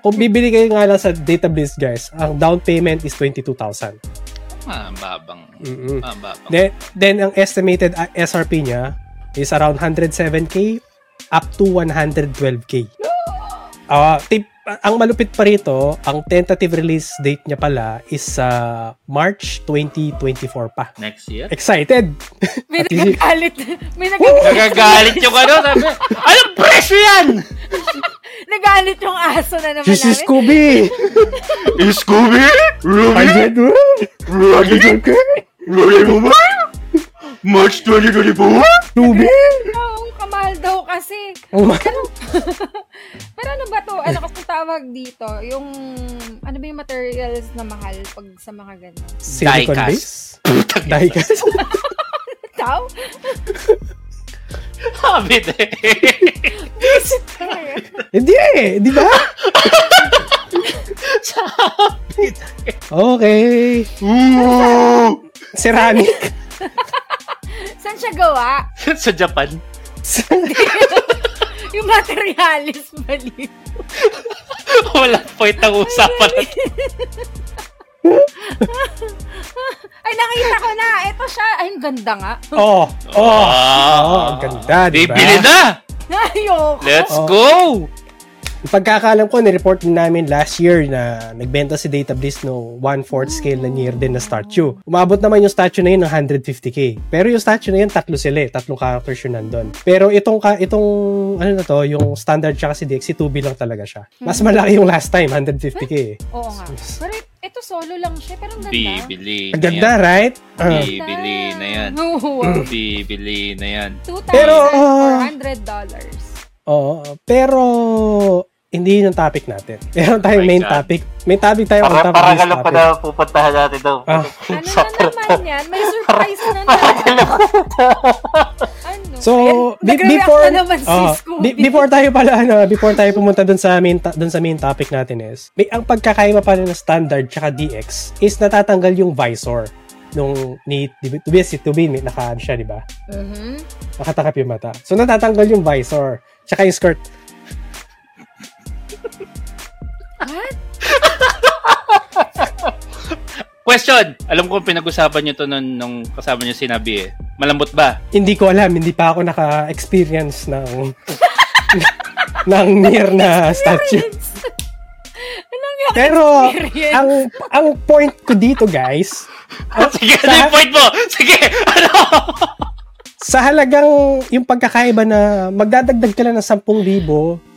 kung bibili kayo nga lang sa Data Blitz, guys, ang down payment is 22,000.
Ah, ang babang.
Mm-mm.
Ah, ang babang.
Then, then ang estimated uh, SRP niya is around 107k up to 112k. Ah, tip, ang malupit pa rito, ang tentative release date niya pala is sa March 2024 pa.
Next year?
Excited! <laughs>
May
At least-
nagagalit.
<laughs>
May nagagalit.
Nagagalit yung ano, sabi, anong presyo yan?
nagalit yung aso na naman
This is
namin.
Scooby!
Scooby? Ruby?
100 mo?
Ruby? Ruby mo ba? March 2024?
Scooby!
<laughs> Oo, kamahal daw kasi. <laughs>
Oh my-
Pero ano ba to? Ano kasi tawag dito? Yung, ano ba yung materials na mahal pag sa mga ganyan?
Silicon base?
Diecast.
Diecast?
Ikaw? <laughs>
Habit eh.
Hindi eh, di ba? Okay.
Ooh!
Ceramic.
Saan siya gawa?
<laughs> Sa Japan.
Yung materialis mali.
Walang point ang usapan na to.
<laughs> Ay, nakita ko na. Ito siya. Ay, ang ganda nga. <laughs>
Oh, oh.
Oh,
ang ganda, di ba?
Bibili na!
Ayoko.
Let's
Oo.
go!
Yung Pagkakaalam ko, nireport din namin last year na nagbenta si Data Bliss no 1/4 scale na year din na statue. Umabot naman yung statue na yun ng 150k. Pero yung statue na yun, tatlo sila eh. Tatlong characters yun nandun. Pero itong, ka, itong ano na to, yung standard siya kasi DXC 2B lang talaga siya. Mas malaki yung last time, 150k eh.
Oo nga. Pero it- ito solo lang siya. Pero ang ganda.
Bibili
Ang
na
ganda,
yan.
right? Ah. Mm.
Bibili na yan.
Oo.
Bibili na yan.
<laughs> Pero-
$2,400 dollars.
Oo. Pero, hindi yun yung topic natin. <laughs> Meron tayong
Oh my
main
God.
topic. May topic tayo. on
Para
top of
para
this
alam ko
topic.
na pupuntahan natin daw.
Ah.
Ano na naman yan? May surprise
<laughs>
na naman. ano?
So,
Ayan,
be-
nagre-react
before
na naman si
Oo.
Scooby.
Be- before tayo pala ano, before tayo pumunta dun sa main ta- dun sa main topic natin is, may ang pagkakaiba pala ng standard tsaka DX is natatanggal yung visor nung ni di- to be si to be may nakaano siya, di ba? <laughs>
Mhm.
Nakatakap yung mata. So natatanggal yung visor tsaka yung skirt.
What?
Question! Alam ko pinag-usapan nyo to nun, nung kasama nyo sinabi eh. Malambot ba?
Hindi ko alam, hindi pa ako naka-experience ng <laughs> ng near na statue.
<laughs> Anong yung
Pero
experience?
ang ang point ko dito, guys,
<laughs> Sige,
Ah, sa-
ano yung point mo? Sige, ano?
sa halagang yung pagkakaiba na magdadagdag ka lang ng 10,000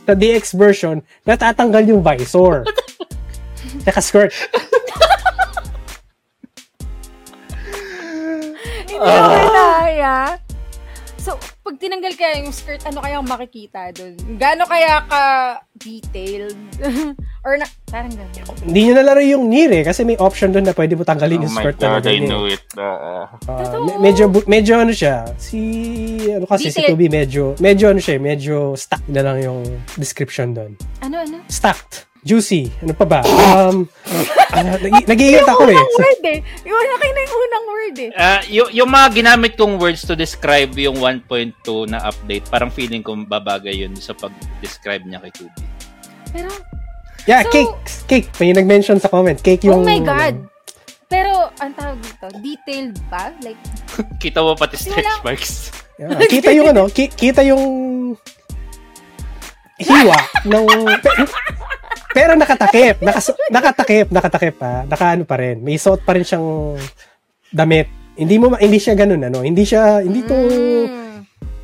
sa DX version, natatanggal yung
<laughs>
visor. Tsaka skirt.
Hindi
Ah.
ako naya. So, pag tinanggal kaya yung skirt, ano kaya ang makikita doon? Gaano kaya ka detailed? <laughs> Or na, parang ganun.
Hindi nyo nalaro yung Nier eh, kasi may option doon na pwede mo tanggalin
Oh
yung
my
skirt
God,
talaga niya
I
eh.
knew it. Ah, ah.
Ah,
Totoo.
me- medyo, bu- medyo ano siya, si, ano kasi, si
Detailed.
Toby medyo, medyo ano siya eh, medyo stacked na lang yung description doon.
Ano, ano?
Stacked. Juicy. Ano pa ba? Um, <laughs> ah, nag- nag-iingat ako eh.
Unang word eh. Yung akin na yung unang word eh.
Ah, y- yung mga ginamit kong words to describe yung 1.2 na update, parang feeling ko babagay yun sa pag-describe niya kay Tubi.
Pero, oh
Yeah,
So-
cake. Cake. May nag-mention sa comment. Cake yung... ano?
oh my God. Pero, ang tawag dito, detailed ba? Like,
Kita mo pati stretch
<laughs>
Wala.
marks.
Yeah. Kita yung ano, ki- kita yung hiwa ng pe- pero nakatakip, nakas- nakatakip, nakatakip pa, nakaano pa rin. May suot pa rin siyang damit. Hindi mo ma- hindi siya ganoon ano, hindi siya hindi to
mm,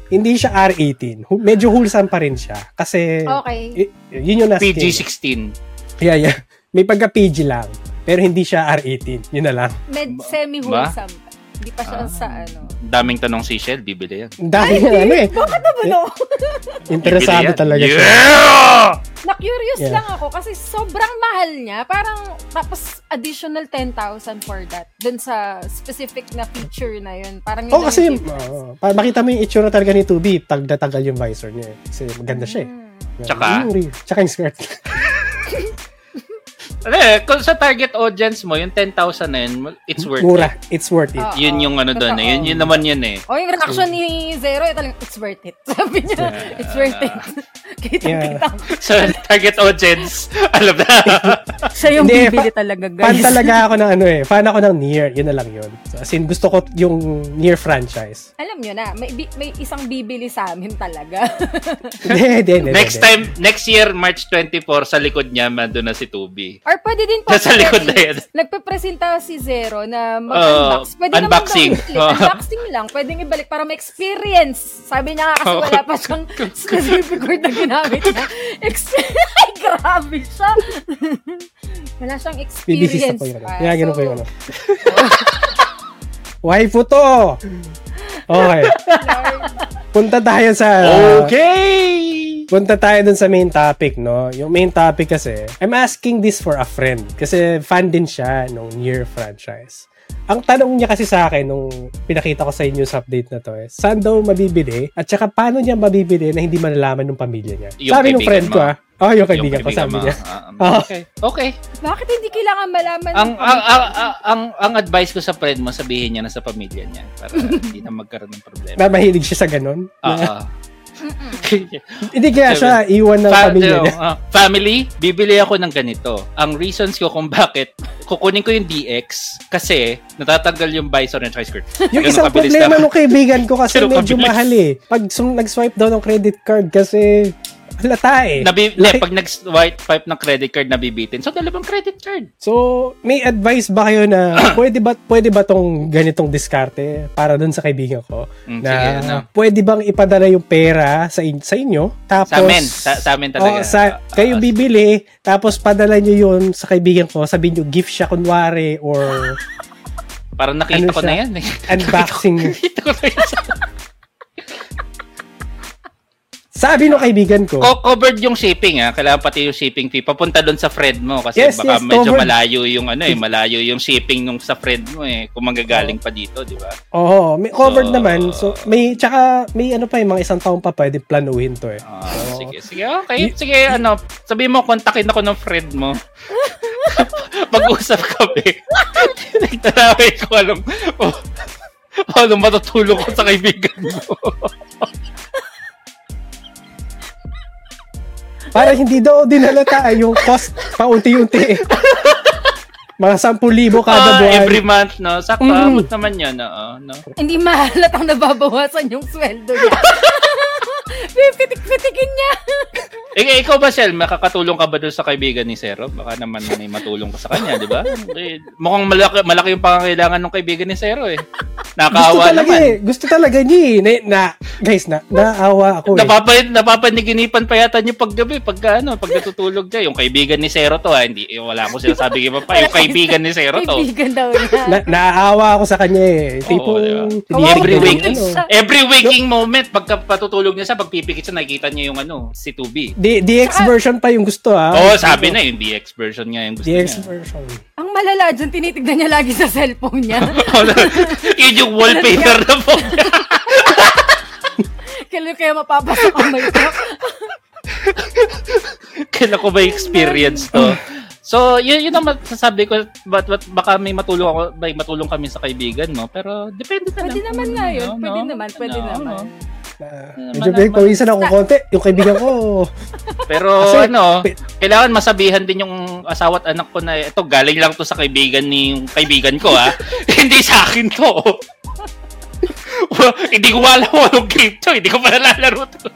hindi siya R18. Hu- Medyo wholesome pa rin siya kasi
okay.
Eh, y- yun yung nasa game.
PG-16.
Yeah, yeah. May pagka PG lang. Pero hindi siya R18. Yun na lang.
Med
Ba-
semi-wholesome. Hindi pa siya
Ah.
sa ano.
Daming tanong si Shell, bibili yan.
Ang dami na ano eh.
Bakit na ba no?
Interesado
Bibili yan.
talaga siya.
Yeah!
Na-curious
Yeah.
lang ako kasi sobrang mahal niya. Parang tapos additional 10,000 for that. Dun sa specific na feature na yun. Parang yun
Oo,
na
Oh, kasi
yung difference.
oo, para makita mo yung itsura talaga ni Tubi, tag tagal yung visor niya. eh. Kasi maganda siya eh.
Mm.
Tsaka?
Yung re- tsaka yung skirt.
Eh, kung sa target audience mo, yung 10,000 na yun, it's worth
<laughs> Mura.
it.
It's worth it.
Oo.
Yun yung ano doon.
Totoo.
eh. Yun, yun naman yun eh. <laughs>
O Oh, yung reaction ni Zero, eh, talagang, it's worth it. <laughs> Sabi niya, it's worth it. <laughs> Kitang-kita.
So, target audience, <laughs> alam
<laughs>
na.
Siya yung
Hindi, eh,
bibili talaga,
Fan
guys.
talaga
<laughs>
ako ng ano eh. Fan ako ng Nier. Yun na lang yun. So, as in, gusto ko yung Nier franchise. <laughs>
Alam nyo na, may, bi- may isang bibili sa amin talaga. <laughs>
Hindi, hindi, hindi. hindi.
next time, next year, March 24, sa likod niya, mandun na si Tubi.
Or pwede din po.
Nasa likod na yan.
Nagpapresenta si Zero na mag-unbox.
Oo,
Pwede
unboxing.
naman daw i-click. unboxing lang. Pwede ibalik para ma-experience. Sabi niya nga kasi
Oo.
wala pa siyang specific word na ginamit niya. Ex- Ay, grabe siya. wala siyang
Bibisis
experience
ako yun.
pa.
Yeah, ganun
So,
ko yun. ano. <laughs> Waifu to! Okay. Punta tayo sa...
okay!
Punta tayo dun sa main topic, no? Yung main topic kasi, I'm asking this for a friend. Kasi fan din siya nung Nier franchise. Ang tanong niya kasi sa akin nung pinakita ko sa inyo sa update na to, eh, saan daw mabibili? At saka paano niya mabibili na hindi malalaman ng pamilya niya?
Yung
sabi ng
kaibigan
friend ko,
mo.
ah. Oh, yung kaibigan ko, sabi
mo,
niya.
ah, um,
Oo.
okay. Okay.
Bakit hindi kailangan malaman?
Ang,
ng-
ang, ang, ang, ang, ang advice ko sa friend mo, sabihin niya na sa pamilya niya
<laughs>
para hindi na magkaroon ng problema.
Na
Ah,
mahilig siya sa ganun.
Oo.
Hindi kaya siya iwan ng
Fa-
pamilya
ano,
niya.
ah, family, bibili ako ng ganito. Ang reasons ko kung bakit kukunin ko yung DX kasi natatanggal yung visor ng tricycle.
<laughs> Yung
Ganun
isang
kabilis
problema
lang.
nung kaibigan ko kasi
Ganun
medyo
kabilis.
mahal eh. Pag sum- nag-swipe daw ng credit card kasi halata eh.
Nabi-
Laki-
eh, pag nag-white pipe ng credit card, nabibitin. So, dalawang credit card.
So, may advice ba kayo
<clears throat>
na pwede ba pwede ba tong ganitong diskarte para dun sa kaibigan ko?
Mm,
Na
sige, ano.
pwede bang ipadala yung pera sa in- sa inyo tapos
Sa amin. Sa, sa amin talaga.
Oo, sa, kayo
Ah,
bibili tapos padala niyo yun sa kaibigan ko, sabihin niyo gift siya kunwari or
<laughs> Parang nakita
ano
ko na
siya?
yan. eh. <laughs>
unboxing.
nakita ko na yan.
Sabi ng kaibigan ko,
Co- covered yung shipping ha. Kailangan pati yung shipping fee. Papunta doon sa friend mo kasi
Yes,
baka
yes,
medyo
covered.
malayo yung ano eh, malayo yung shipping nung sa friend mo eh. Kung manggagaling pa dito, di ba?
Oo, may covered
So, uh,
naman. So, may, tsaka, may ano pa, eh, mga isang taon pa pwede planuhin to eh.
Ah, sige, sige. Okay, sige, ano, sabi mo, kontakin ako ng friend
<laughs>
mo. Pag-usap kami. Nagtanawin ko alam, oh, oh, anong matutulong ko sa kaibigan mo.
Para hindi daw din halata yung cost
<laughs>
paunti-unti eh. Mga 10,000 kada
Ah,
buwan.
every month, no? Sakto,
Mm.
abot naman yun, oo, no?
Hindi mahalatang nababawasan yung sweldo niya. Pipitik-pitikin niya.
Eh, ikaw ba, Shel, makakatulong ka ba doon sa kaibigan ni Zero? Baka naman may matulong ka sa kanya, di ba? Eh, Mukhang malaki, malaki yung pangangailangan ng kaibigan ni Zero, eh.
gusto
Nakakaawa
talaga eh.
naman.
Gusto talaga niya eh. Na, na- guys, na, naawa ako eh.
Napapa, napapaniginipan pa yata niyo paggabi, pag ano, pag natutulog niya. Yung kaibigan ni Zero to, ha, hindi, eh, wala akong sinasabi iba pa. Yung kaibigan ni Zero to.
Kaibigan daw niya.
na, naawa ako sa kanya eh. Tipo,
Oo, diba?
Every
week.
ano.
siya.
Every waking moment, pagka patutulog niya siya, pagpipikit siya, nakikita niya yung ano, si 2B.
D- DX version pa yung gusto ah.
Oo, sabi na, yung DX version nga yung gusto
DX
niya.
version.
Ang malala dyan, tinitignan niya lagi sa cellphone niya.
<laughs> Yun yung wallpaper na po.
Kailan kaya mapapasok ang may
<laughs>
ko?
Ano Kailan ko ba experience to? So, yun, yun ang masasabi ko. But, but, baka may matulong, ako, may matulong kami sa kaibigan, no? Pero, depende na lang. ano,
Pwede naman nga yun.
No,
Pwede
no,
naman, pwede
no,
naman.
no.
Na,
Ano
medyo
naman,
pinagpawisan ako konti. Yung kaibigan ko, <laughs>
Pero,
Kasi-
ano, kailangan masabihan din yung asawa at anak ko na, ito, galing lang to sa kaibigan ni yung kaibigan ko, ha? <laughs> Hindi sa akin to. <laughs> Well, hindi ko alam kung anong game to. Hindi ko pa nalalaro to.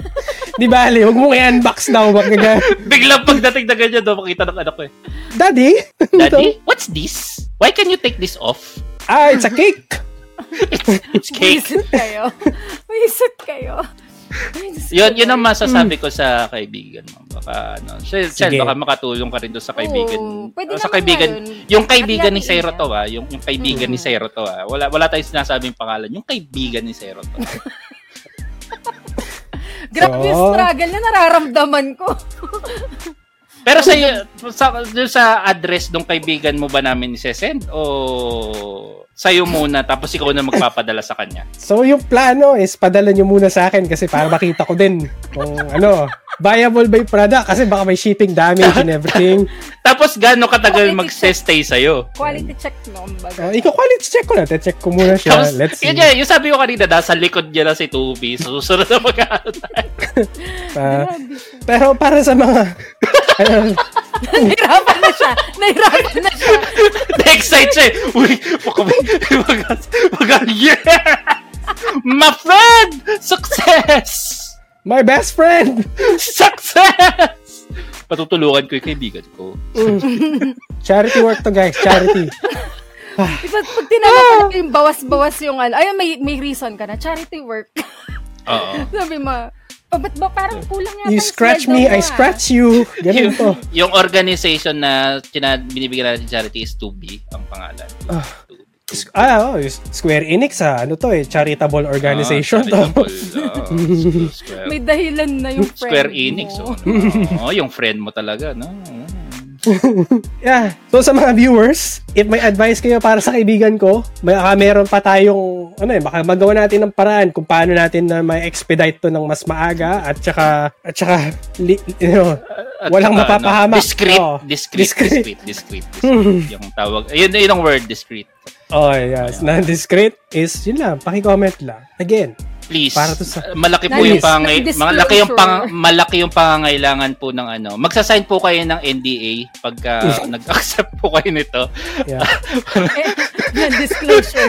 <laughs>
di bali, huwag mong i-unbox daw. wag ka-
Biglang pagdating na ganyan, no, makita ng anak ko eh.
Daddy? <laughs>
Daddy, what's this? Why can you take this off? <laughs>
ah, it's a cake.
It's cake. <laughs>
Wisit kayo. Wisit kayo.
Yun, yun ang
Mm.
masasabi ko sa kaibigan mo. Baka, ano, Shell, Shell,
Sige.
baka makatulong ka rin doon sa kaibigan.
Oo, pwede
o, sa
naman
kaibigan,
nga yun.
yung kaibigan ni
At yayain
Zero
niya.
to, ah, yung, yung kaibigan ni
Mm.
Zero to, ah. Wala wala tayong sinasabing pangalan, yung kaibigan ni Zero to.
Grabe yung
Oh.
So?
struggle na nararamdaman ko. <laughs>
Pero sa sa doon sa address ng kaibigan mo ba namin isesend o sa'yo muna tapos ikaw na magpapadala sa kanya?
So, yung plano is padala nyo muna sa akin kasi para makita ko din kung ano, viable ba yung product kasi baka may shipping damage and
<laughs>
everything.
Tapos gaano katagal
Quality
magse-stay sa'yo?
Quality check no,
Uh,
baga.
ikaw, quality check ko na. Check ko muna siya.
Tapos,
Let's see.
yun nga, yung sabi ko kanina, nasa likod niya na si Tubi. Susunod na mag
Ah, pero para sa mga... ano,
Nahirapan na siya. Nahirapan na siya.
Na-excite siya. eh. Uy, baka may... Baka, baka, yeah! My friend! Success!
my best friend!
Success! Patutulungan ko yung kaibigan ko.
Charity work to, guys. Charity.
Diba, pag tinama ka
Ah!
na yung bawas-bawas yung ano, ayun, may, may reason ka na. Charity work. <laughs>
Oo.
Sabi mo, "Pa- ba't ba parang kulang yata?
You
yung
scratch
sweldo
me,
mo,
I
ah?"
scratch you. Ganun to.
yung organization na kina, binibigyan natin charity is 2B ang pangalan.
Ah.
2B.
Ah, oh, Square Enix ha. Ano to eh, charitable organization
Ah,
to.
charitable. Ah, square,
May dahilan na yung friend
square Enix.
mo.
Oh, ano. oh, yung friend mo talaga. No?
Yeah. So sa mga viewers, if may advice kayo para sa kaibigan ko, may ah, meron pa tayong ano eh, baka magawa natin ng paraan kung paano natin na may expedite to ng mas maaga at saka at saka li- you know,
At
walang
saka,
mapapahamak.
ano, discreet,
Oo.
discreet, discreet,
Discreet.
discreet, discreet, yung tawag. Ayun, yun ang word, discreet.
Oh, yes. Non-discreet is yun lang, paki-comment lang. Again,
Please.
Para to sa-
Uh, malaki po yung
Nice.
pangai
Disclosure.
malaki yung pang malaki yung pangangailangan po ng ano. Magsa-sign po kayo ng NDA pagka nag-accept po kayo nito. <laughs>
yeah.
Eh, <laughs> yan, disclosure.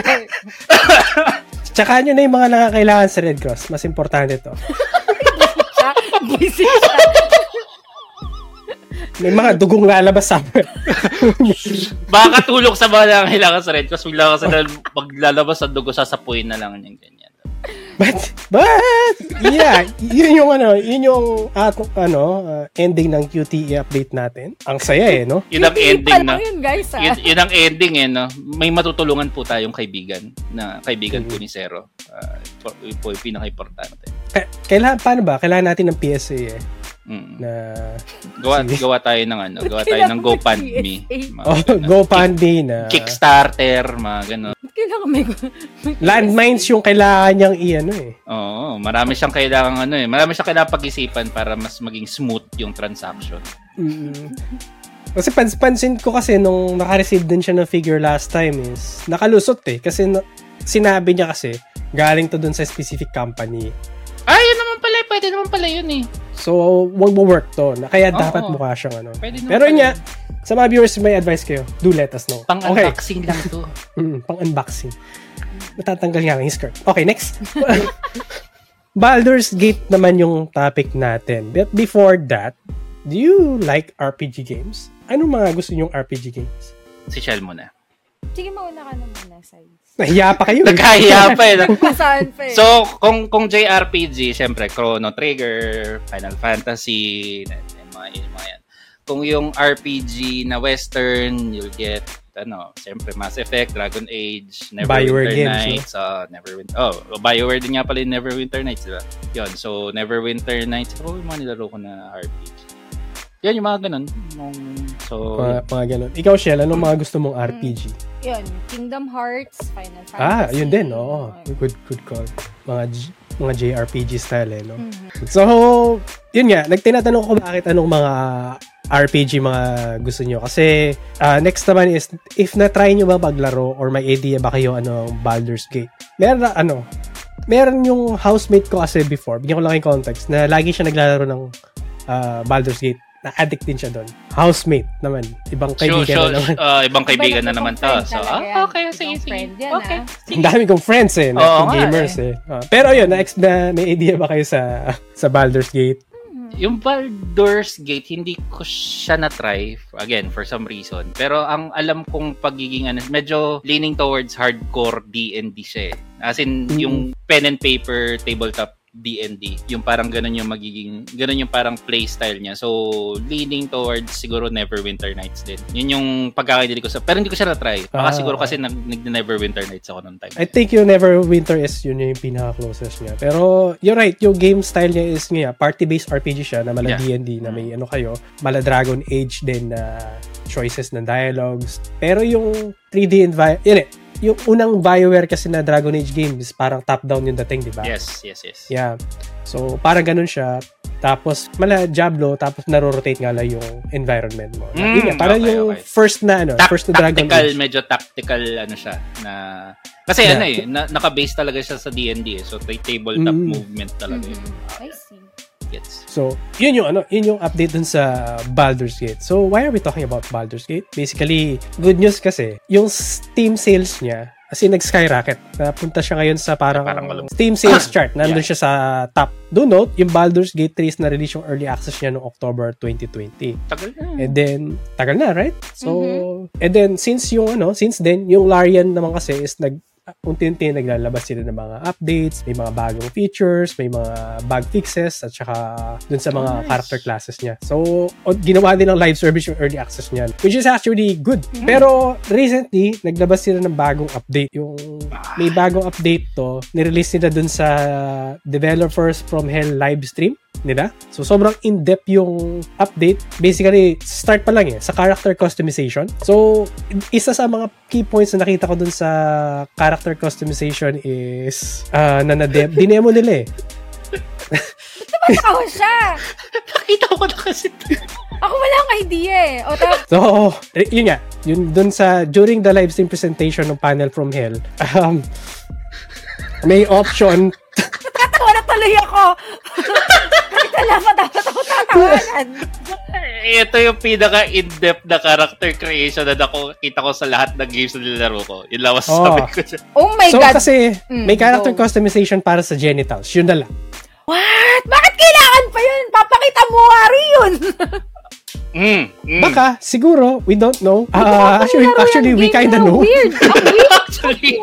Tsaka yun na yung mga nakakailangan sa Red Cross. Mas importante to.
siya, busy siya.
May mga dugong lalabas sa
Baka tulog sa mga nangangailangan sa Red Cross, bigla ka sa maglalabas sa dugo, sasapuin na lang yung ganyan.
But, but, yeah, yun yung ano, yun yung ato, ano, uh, ending ng QTE update natin. Ang saya eh, no?
Yun ang
Yung
ending
pa
na.
lang Yun, guys, ah.
Yun, yun ang ending eh, no? May matutulungan po tayong kaibigan na kaibigan
Mm-hmm.
po ni Zero. Ah, ito, ito po yung pinaka-importante.
K- kailangan, paano ba? Kailangan natin ng PSA eh,
Mm.
na,
Gawa, gawa tayo ng ano, gawa tayo ng GoFundMe. Mga
oh, <laughs>
ganun.
GoFundMe na,
Kickstarter, mga gano'n.
Kailangan may... may
landmines yung kailangan niyang i-ano eh.
Oo, marami siyang kailangan ano eh. Marami siyang kailangan pag-isipan para mas maging smooth yung transaction.
Mm-hmm. Kasi pans pansin ko kasi nung naka-receive din siya ng figure last time is nakalusot eh. Kasi na- sinabi niya kasi galing to dun sa specific company.
Ay, yun naman pala, eh. pwede naman pala yun eh.
So, wag mo work to. Na, kaya
Oo.
dapat mukha siyang ano.
Pwede naman
Pero
pala.
niya, sa mga viewers, may advice kayo. Do let us know. okay.
Pang-unboxing lang
<laughs>
to.
Mm, pang-unboxing. Matatanggal nga lang yung skirt. Okay, next. <laughs> Baldur's Gate naman yung topic natin. But before that, do you like RPG games? Ano mga gusto niyong RPG games?
Si Shell muna.
Sige, mauna ka na muna, size.
Nahiya pa
<laughs>
kayo. eh.
Nagkahiya pa eh.
Pasaan pa eh.
So, kung kung JRPG, syempre Chrono Trigger, Final Fantasy, and and mga, yung mga yan. Kung yung RPG na western, you'll get ano, syempre Mass Effect, Dragon Age,
Bioware
Neverwinter
games, no?
Nights, uh, Neverwinter. Oh, Bioware din nga pala yung Neverwinter Nights, di ba? 'Yon. So, Neverwinter Nights, ako yung mga nilaro ko na RPG. 'Yan yung mga ganun. Nung- So,
Mga, mga ganun. Ikaw, Shell, ano mga gusto mong RPG?
yun, Kingdom Hearts, Final Fantasy.
Ah, yun din, oo.
Mga-
Good, good call. Mga, J- mga JRPG style, eh, no?
Mhm.
So, yun nga, nagtinatanong ko bakit anong mga RPG mga gusto nyo. Kasi, ah, next naman is, if na-try nyo ba maglaro or may idea ba kayo ano ang Baldur's Gate? Meron na, ano, meron yung housemate ko kasi before, bigyan ko lang yung context, na lagi siya naglalaro ng ah, Baldur's Gate. Na-addict din siya doon. Housemate naman. Ibang
sure,
kaibigan
sure,
na naman.
uh, ibang kaibigan na naman to.
Friend
So,
talaga
ah,
yan.
okay,
Ibang
sige, sige.
friend yan,
Okay.
ah.
Ang dami kong friends eh, na
Oo nga
gamers eh. Ah, pero yun, na, na may idea ba kayo sa sa Baldur's Gate?
Yung Baldur's Gate, hindi ko siya na-try. Again, for some reason. Pero ang alam kong pagiging, ano, medyo leaning towards hardcore D&D siya eh. As in,
Mm.
yung pen and paper, tabletop D&D. Yung parang ganun yung magiging, ganun yung parang playstyle niya. So, leaning towards siguro Neverwinter Nights din. Yun yung pagkakaintindi ko sa, pero hindi ko siya na-try. Baka
Ah,
siguro
okay.
kasi nag, neverwinter Nights ako noon time.
I think yung Neverwinter is yun yung pinaka-closest niya. Pero, you're right, yung game style niya is nga, party-based RPG siya na mala D&D na
Mm.
may ano kayo, mala Dragon Age din na choices ng dialogues. Pero yung 3D environment, yun eh, yung unang Bioware kasi na Dragon Age game is parang top-down yung dating, di ba?
Yes, yes, yes.
Yeah. So, parang ganun siya. Tapos, mala Diablo, tapos narorotate nga lang yung environment mo.
Mm,
Yun nga, parang
okay,
yung
okay.
first na, ano,
Tak-
first na Dragon
tactical,
Age.
medyo tactical ano siya na kasi
Yeah.
ano eh, na, naka-base talaga siya sa D&D eh. So, ta- tabletop
Mm.
movement talaga eh, yun.
Mm-hmm. I see.
Yes.
So, yun yung ano, yun yung update dun sa Baldur's Gate. So, why are we talking about Baldur's Gate? Basically, good news kasi, yung Steam sales niya, as in, nag-skyrocket. Napunta siya ngayon sa parang,
Parang walang-
Steam
<clears throat>
sales chart. Nandun
Yeah.
siya sa top. Do note, yung Baldur's Gate 3 is na-release yung early access niya noong October 2020.
Tagal na.
And then, tagal na, right? So, and then, since yung ano, since then, yung Larian naman kasi is nag, unti-unti naglalabas sila ng mga updates, may mga bagong features, may mga bug fixes, at saka dun sa mga
Nice.
character classes niya. So, o- ginawa din ng live service yung early access niya, which is actually good. Pero, recently, naglabas sila ng bagong update. Yung may bagong update to, nirelease nila dun sa Developers From Hell live stream nila. So, sobrang in-depth yung update. Basically, start pa lang eh, sa character customization. So, isa sa mga key points na nakita ko dun sa character customization is ah, na
<laughs>
na-dev. Dinemo nila eh.
Ako siya!
Nakita ko na kasi. <laughs>
Ako wala akong idea eh. O tapos,
So, eh, yun nga. Yun dun sa, during the live stream presentation ng panel from hell, um, may option
tatawa na tuloy ako! <laughs> Bakit wala pa dapat ako tatawanan?
Eh, Ito yung pinaka in-depth na character creation na ako, kita ko sa lahat ng games na nilalaro ko. Yun lang masasabi
Oh.
ko siya.
Oh my
so,
God!
kasi,
Mm,
may character
go.
customization para sa genitals. Yun na lang.
What? Bakit kailangan pa yun? Papakita mo, Ari, yun! <laughs>
Mm, mm.
Baka, siguro, we don't know. Ah,
Ako
actually,
nilaro
actually,
yung
we
game
kinda
na
know.
Weird! Ang
<laughs>
weird!
Actually,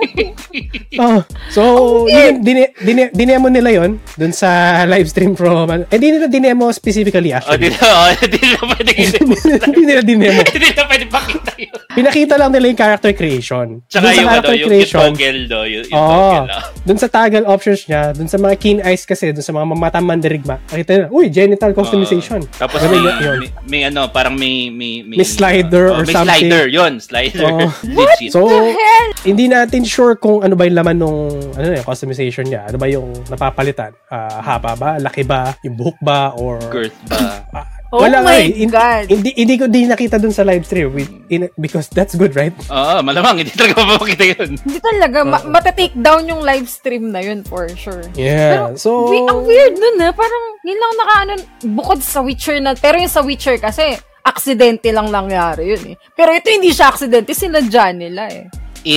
Oh, so, yun, dine, dine, dinemo nila yon dun sa live stream from, eh, di nila dinemo specifically
oh,
actually.
di na, oh, <laughs> di na pwede
<laughs> Hindi nila dinemo.
Hindi na pwede pakita yun.
Pinakita lang nila yung character creation. Dun
Tsaka
sa
yung, ano,
character
yung, yung
creation, Oh.
toggle, no? Yung, yung
Oo.
toggle, ah.
Doon sa tagal options niya, doon sa mga keen eyes kasi, doon sa mga mamatang mandirigma, nakita nila, uy, genital customization.
Oo. Ah, Uh, tapos
Ganun
may,
yun, yun.
may, may ano, parang may... May, oh,
May slider or
may
something. Oh.
slider, yun. Slider. <laughs>
Oo.
Legit.
So,
The hell?
hindi natin sure kung ano ba yung laman nung ano na yun, customization niya. Ano ba yung napapalitan? Ah, haba ba? Laki ba? Yung buhok ba? Or...
girth ba?
Oh
nga
my
eh. Hin-
God.
Hindi, hindi ko din nakita doon sa live stream. We- in- because that's good, right?
Oo, malamang. Hindi talaga mapapakita yun.
Hindi talaga. Ma-
Oh.
matitake down yung live stream na yun for sure.
Yeah. so,
We, ang weird nun ha. Parang yun lang nakaano, bukod sa Witcher na, pero yung sa Witcher kasi, aksidente lang nangyari yun eh. Pero ito hindi siya aksidente, sinadya nila eh.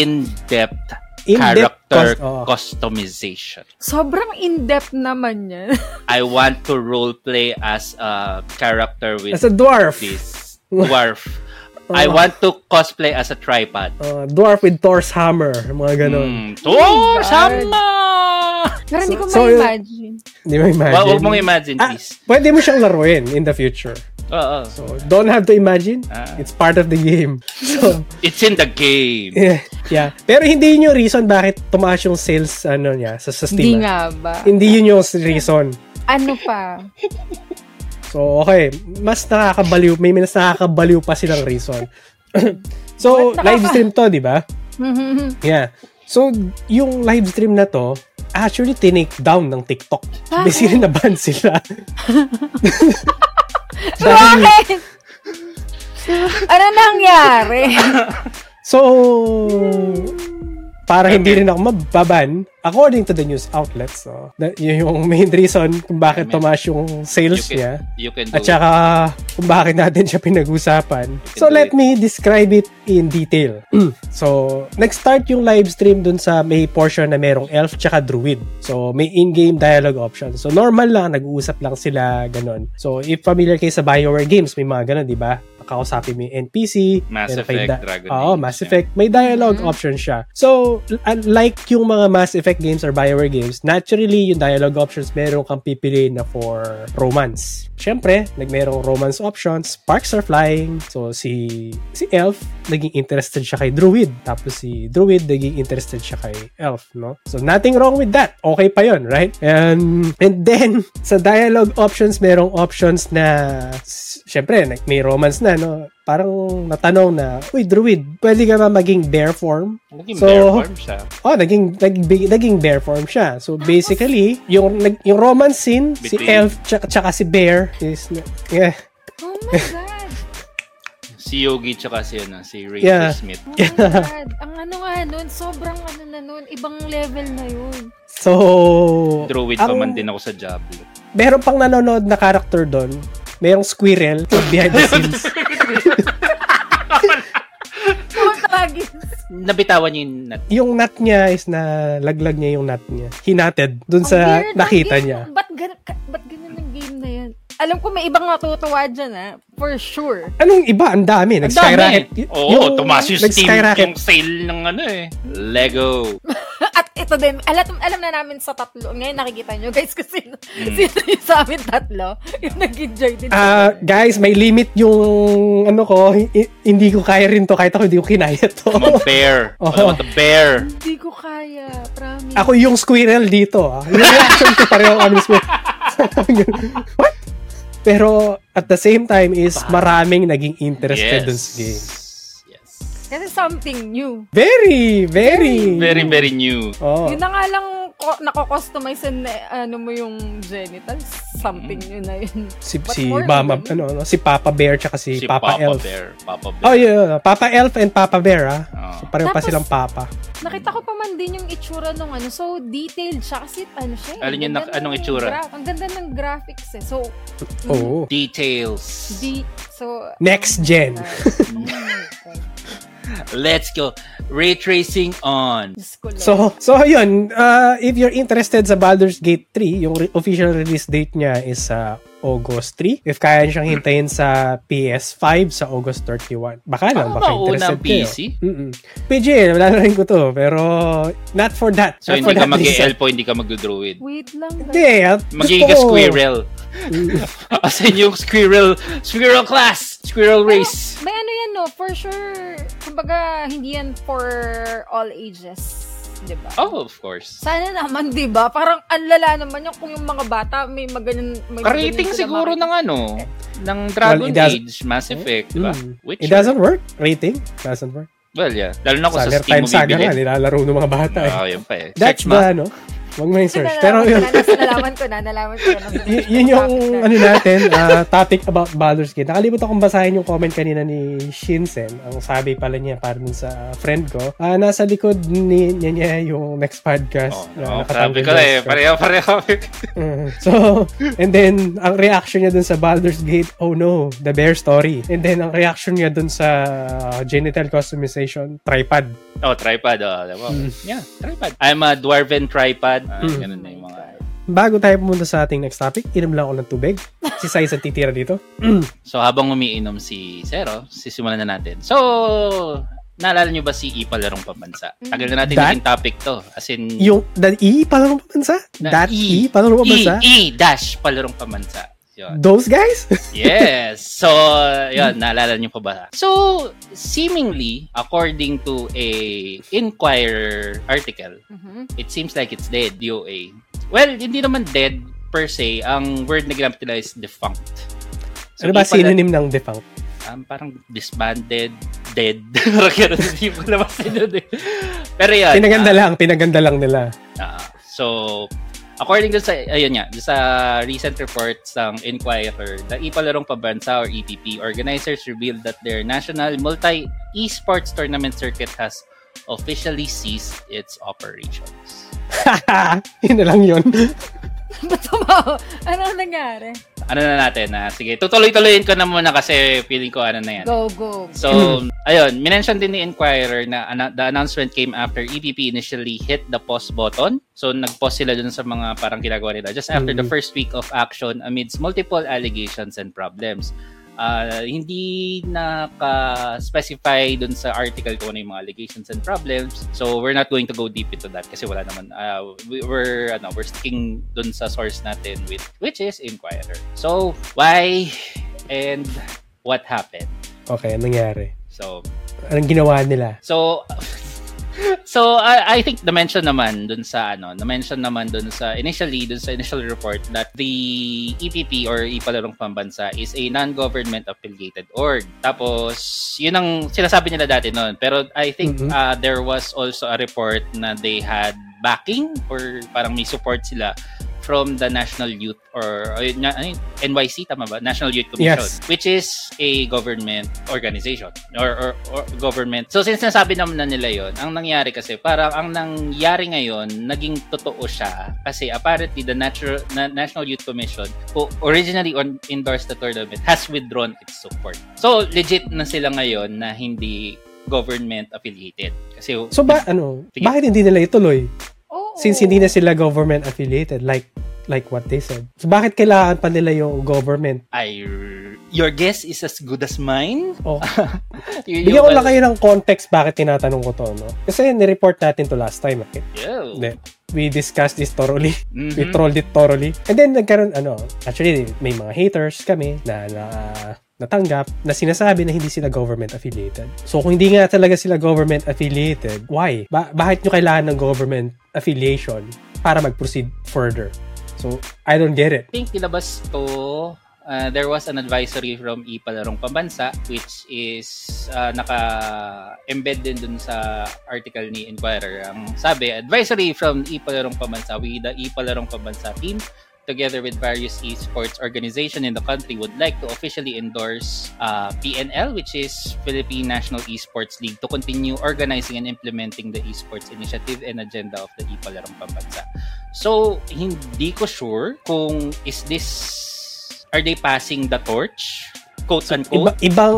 In-depth
In-depth cus-
character
oh. oo.
customization.
Sobrang in-depth naman yan. <laughs>
I want to roleplay as a character with
as a Oh. dwarf.
this dwarf. I
Oo.
want to cosplay as a tripod.
Ah, dwarf with Thor's hammer. Mga ganun.
Mm. Oh,
God.
sama!
Pero hindi ko
So- so yun-
ma-imagine.
Hindi mo imagine.
Wa- Hmm. Huwag mong imagine,
Ah,
please.
pwede mo siyang laruin in the future.
Oo.
So, don't have to imagine.
Ah.
It's part of the game. So, <laughs>
It's in the game.
yeah. yeah. Pero hindi yun yung reason bakit tumaas yung sales ano niya sa, sa Steam.
Hindi
ah.
nga ba?
Hindi yun yung reason.
Ano pa?
So, okay. Mas nakakabaliw. May mas nakakabaliw pa silang reason. <clears throat> so,
What? Nakaka-
live stream to, di ba? Yeah. So, yung live stream na to, actually, tinake down ng TikTok.
Bakit?
Basically, naban sila. Dahil-
<laughs> Bakit? ano
<laughs>
nangyari?
So, para hindi rin ako mababan, according to the news outlets, no, na- yun yung main reason kung bakit tumaas yung sales
You
niya.
can, you can do
At saka, kung bakit natin siya pinag-usapan. So,
do
let
it.
me describe it in detail. <clears throat> so, nag-start yung live stream dun sa may portion na merong elf tsaka druid. So, may in-game dialogue option. So, normal lang, nag-uusap lang sila, ganun. So, if familiar kayo sa Bioware games, may mga ganun, di ba? kakausapin mo yung NPC.
Mass
meron kayong
Effect, Dragon
Oo,
Age,
Mass
yeah.
Effect. May dialogue
Mhm.
option siya. So, unlike yung mga Mass Effect games or Bioware games, naturally, yung dialogue options meron kang pipiliin na for romance. Siyempre, nagmerong romance options. Sparks are flying. So, si, si Elf, naging interested siya kay Druid. Tapos si Druid, naging interested siya kay Elf, no? So, nothing wrong with that. Okay pa yon right? And, and then, <laughs> sa dialogue options, merong options na, s- syempre, nag- may romance na, no? Parang natanong na, Uy, Druid, pwede ka ba maging bear form?
Naging
So-
bear form siya.
Oh, naging, naging, naging bear form siya. So, basically, yung, nag- yung romance scene, si
Between-
Elf tsaka, tsaka si Bear is, yeah,
Oh my God.
Si Yogi tsaka si, ano, si Ray
Yeah.
Smith.
Oh my God. Ang ano nga nun, sobrang ano na nun, ibang level na yun.
so,
Druid pa
Ang-
man din ako sa Diablo.
meron pang nanonood na character doon. Merong squirrel behind
<laughs>
the scenes.
Tawagin.
Nabitawan niya yung nat-
yung nut niya is na laglag niya yung nut niya. Hinated doon sa
Ang weird ng
nakita
game.
niya.
Ba't, gan- ka- ba't ganun ang game na yan? Alam ko may ibang matutuwa dyan ha. For sure.
Anong iba? Ang dami.
Ang dami.
Nag-skyrocket. Y-
Oo, tumaas yung Steam
nag-skyrocket.
yung sale ng ano eh. Lego.
At ito din, alam, alam na namin sa tatlo. Ngayon nakikita nyo guys kasi sino yung sa amin tatlo <laughs> yung nag-enjoy din.
Ah, guys, may limit yung ano ko. hi- hindi ko kaya rin to kahit ako hindi ko kinaya to.
I'm a
<laughs>
bear.
Oo.
What about the bear?
Hindi ko kaya. Promise.
ako yung squirrel dito. ah. <laughs> Yung reaction ko pareho kami squirrel. <laughs> What? Pero at the same time is maraming naging interested dun sa game.
Yes.
Kasi something new.
Very, very.
Very, very new.
Oh.
Yun na nga lang ko, nako-customize na ano mo yung genitals. Something yun na yun.
Hmm. si
What
si
more
Mama ano,
than-
ano si Papa Bear tsaka si,
Si
Papa, Elf.
Bear. Papa Bear. Oh.
Oh yeah, Papa Elf and Papa Bear ah.
Oo.
So pareho pa
Tapos-
silang papa.
Nakita ko pa man din yung itsura nung ano. So, detailed siya. Kasi ano siya. eh,
Alin yung
ganda
nak- anong
ng
itsura?
gra- ang ganda ng graphics eh. So,
Oo.
Details.
di, so,
Next gen.
Oh my God.
Let's go. Ray tracing on.
Diyos ko, Lord.
So, so yun, uh, if you're interested sa Baldur's Gate 3, yung re- official release date niya is sa August 3. If kaya niyang hintayin sa PS5 sa August 31. Baka lang,
Ano
baka
ba unang
interested kayo.
PC?
Mm-mm. PG, wala na rin ko to. Pero, not for that.
So,
not for
hindi ka
that reason.
mag-elpo, hindi ka mag-druid.
wait lang.
Hindi, ah, gusto
Magiging ka
ko- <laughs>
squirrel. As in yung squirrel, squirrel class, squirrel race.
May ano yan, no? For sure, kumbaga, hindi yan for all ages. Di ba?
Oh, of course.
Sana naman, di ba? Parang ang lala naman yung kung yung mga bata may maganyan. May
Karating
maganyan sila
siguro
makita.
ng ano, ng Dragon
it doesn't-
Age, Mass Effect, di ba?
Mm.
Witcher.
It doesn't work. Rating? Doesn't work.
Well, yeah. Lalo na ako sa
Saga
Steam
time
mo
saga nga,
bibili.
nilalaro ng mga bata eh.
Oh, yun pa eh.
That's
Search mo.
the ano. Huwag mo yung search.
Nalaman
Pero
ko
yun,
na, nas- nalaman ko na, nalaman ko na.
<laughs> y- yun yung ano natin, ah, topic about Baldur's Gate. Nakalimutan kong basahin yung comment kanina ni Shinsen. Ang sabi pala niya para dun sa friend ko, ah, nasa likod ni, niya, niya yung next
Oh,
podcast.
oh,
na nakatanggal
sabi ko na eh.
yung-
Pareho, pareho. <laughs>
Mm. So, and then, ang reaction niya dun sa Baldur's Gate, oh no, the bear story. And then, ang reaction niya dun sa ah, genital customization, tripod.
oh, tripod. Oh, diba?
Mm.
Yeah, tripod. I'm a dwarven tripod. Ah,
Mm.
Ganun na yung mga...
Bago tayo pumunta sa ating next topic, inom lang ako ng tubig. Si Sai sa titira dito. <clears throat>
So, habang umiinom si Zero, sisimulan na natin. So, naalala nyo ba si Ipalarong Pambansa?
Mm.
Tagal na natin
That-
naging topic to. As in,
Yung, that E, palarong pamansa?
Na
That E,
E.
palarong pamansa?
E, E dash Palarong Pambansa. Yun.
<laughs> Those guys?
Yes. So, yun, naalala niyo pa ba? So, seemingly, according to a Inquirer article,
<laughs> Mhm.
it seems like it's dead, DOA. Well, hindi naman dead per se. Ang word na ginamit nila is defunct. So, E.
ano ba
di pala-
synonym ng defunct?
um, parang disbanded, dead. <laughs> Parang ganun, hindi ko alam kasi yun eh. Pero yun.
Pinaganda
ah,
lang, pinaganda lang nila. <laughs>
ah, so, according to sa, ayun nga, dun sa recent reports ng Inquirer, the Ipalarong Pabansa or EPP organizers revealed that their national multi esports tournament circuit has officially ceased its operations.
yun na lang yun.
Ba't tumawa? Ano ang nangyari?
Ano na natin na, sige, tutuloy-tuloyin ko na muna kasi feeling ko ano na yan.
Go, go.
So, ayun, minention din ni Inquirer na ana- the announcement came after EPP initially hit the pause button. So, nag-pause sila dun sa mga parang ginagawa nila just after the
Mm.
first week of action amidst multiple allegations and problems. Ah, hindi naka-specify dun sa article kung ano yung mga allegations and problems. So, we're not going to go deep into that kasi wala naman. ah, we, we're, ano, we're sticking dun sa source natin with, which is Inquirer. So, why and what happened?
Okay, anong nangyari?
So,
Anong ginawa nila?
So So I, I think the mention naman dun sa ano, the mention naman dun sa initially dun sa initial report that the EPP or Ipalarong Pambansa is a non-government affiliated org. Tapos yun ang sinasabi nila dati noon. Pero I think
Mhm.
uh, there was also a report na they had backing or parang may support sila from the National Youth or ayun nga, ano yun? NYC tama ba? National Youth Commission
Yes.
which is a government organization or, or, or government. So since nasabi naman na nila yon, ang nangyari kasi parang ang nangyari ngayon naging totoo siya kasi apparently the natural, na, National Youth Commission who originally on, endorsed the tournament has withdrawn its support. So legit na sila ngayon na hindi government affiliated. Kasi
So ba, ano,
Sige.
bakit hindi nila ituloy?
Oo.
Since hindi na sila government affiliated, like like what they said. So bakit kailangan pa nila yung government?
I your guess is as good as mine.
Oh.
<laughs> You- you
Bigyan ko lang
will-
kayo ng context bakit tinatanong ko to, no? Kasi nireport natin to last time, okay?
Yeah.
Hindi. We discussed this thoroughly.
Mhm.
We trolled it thoroughly. And then nagkaroon, ano, actually, may mga haters kami na, na natanggap na sinasabi na hindi sila government affiliated. So kung hindi nga talaga sila government affiliated, why? Ba- bakit nyo kailangan ng government affiliation para mag-proceed further? So, I don't get it.
think nilabas to uh, there was an advisory from Ipalarong Pambansa which is uh, naka-embed din dun sa article ni Inquirer. Ang sabi, advisory from Ipalarong Pambansa, we the Ipalarong Pambansa team together with various esports organization in the country would like to officially endorse uh, PNL which is Philippine National Esports League to continue organizing and implementing the esports initiative and agenda of the Ipalarong Pambansa. So, hindi ko sure kung is this, are they passing the torch? Quote
Iba,
unquote.
ibang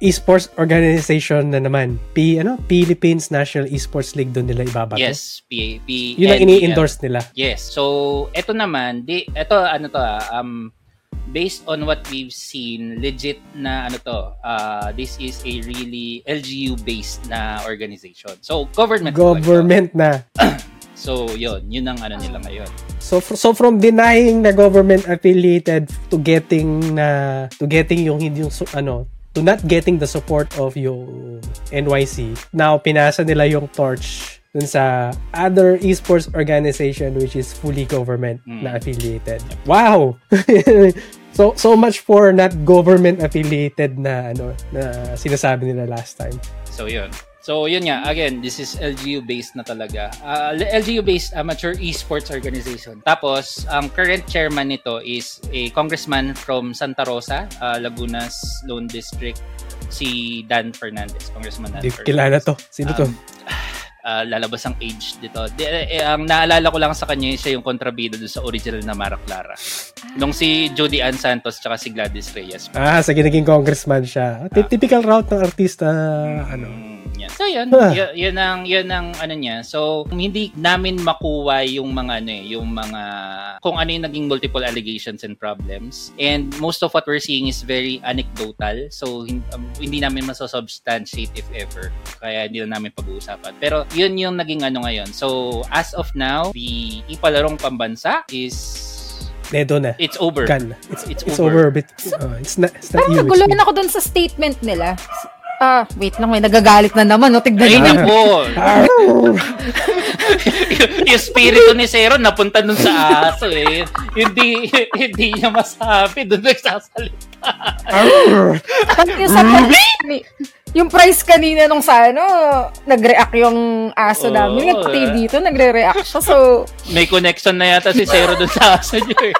esports organization na naman. P, ano? Philippines National Esports League doon nila ibabato.
Yes, P- P-
Yun ang
NEL.
ini-endorse nila.
Yes. So, eto naman, di, eto ano to ah, um, based on what we've seen, legit na ano to, uh, this is a really LGU-based na organization. So, government. po ito.
Government na.
So, yun. Yun ang ano nila ngayon.
So fr- so from denying na government affiliated to getting na to getting yung hindi yung su- ano to not getting the support of yung NYC. Now pinasa nila yung torch dun sa other esports organization which is fully government
Mm.
na affiliated. Wow. <laughs> so so much for not government affiliated na ano na sinasabi nila last time.
So, yun. So, yun nga. Again, this is LGU-based na talaga. Ah, LGU-based amateur esports organization. Tapos, ang current chairman nito is a congressman from Santa Rosa, ah, Laguna's Lone District, si Dan Fernandez. Congressman Dan
Di ko
Fernandez.
kilala to. Sino to?
Um, ah, lalabas ang age dito. Di, eh, ang naalala ko lang sa kanya, siya yung kontrabida doon sa original na Mara Clara. Nung si Judy Ann Santos tsaka si Gladys Reyes.
Ah, sa naging congressman siya. Ty- Typical route ng artista ano.
Mm, yan. So yun,
Ah.
Y- yun ang yun ang ano niya. So kung hindi namin makuha yung mga ano eh, yung mga kung ano yung naging multiple allegations and problems. And most of what we're seeing is very anecdotal. So hin- um, hindi namin masosubstantiate if ever. Kaya hindi na namin pag-uusapan. Pero yun yung naging ano ngayon. So as of now, the Ipalarong Pambansa is
Dedo na.
it's over.
Gun. It's,
It's
it's,
over.
over. But, uh, it's not, it's not
Parang
you, it's
naguluhan
me. <laughs>
ako dun sa statement nila. Ah, wait lang, may nagagalit na naman. No, tignan
Ay,
niyo.
nako!
Arr!
<laughs> yung spirito ni Zero napunta nun sa aso eh. Hindi, <laughs> hindi niya masabi. Doon nagsasalita.
Arr!
Parang yung sa ni- yung price kanina nung sa ano, nag-react yung
Oo.
aso namin. Nag-play dito, nagre-react siya. So,
May connection na yata si Zero doon sa aso niya eh.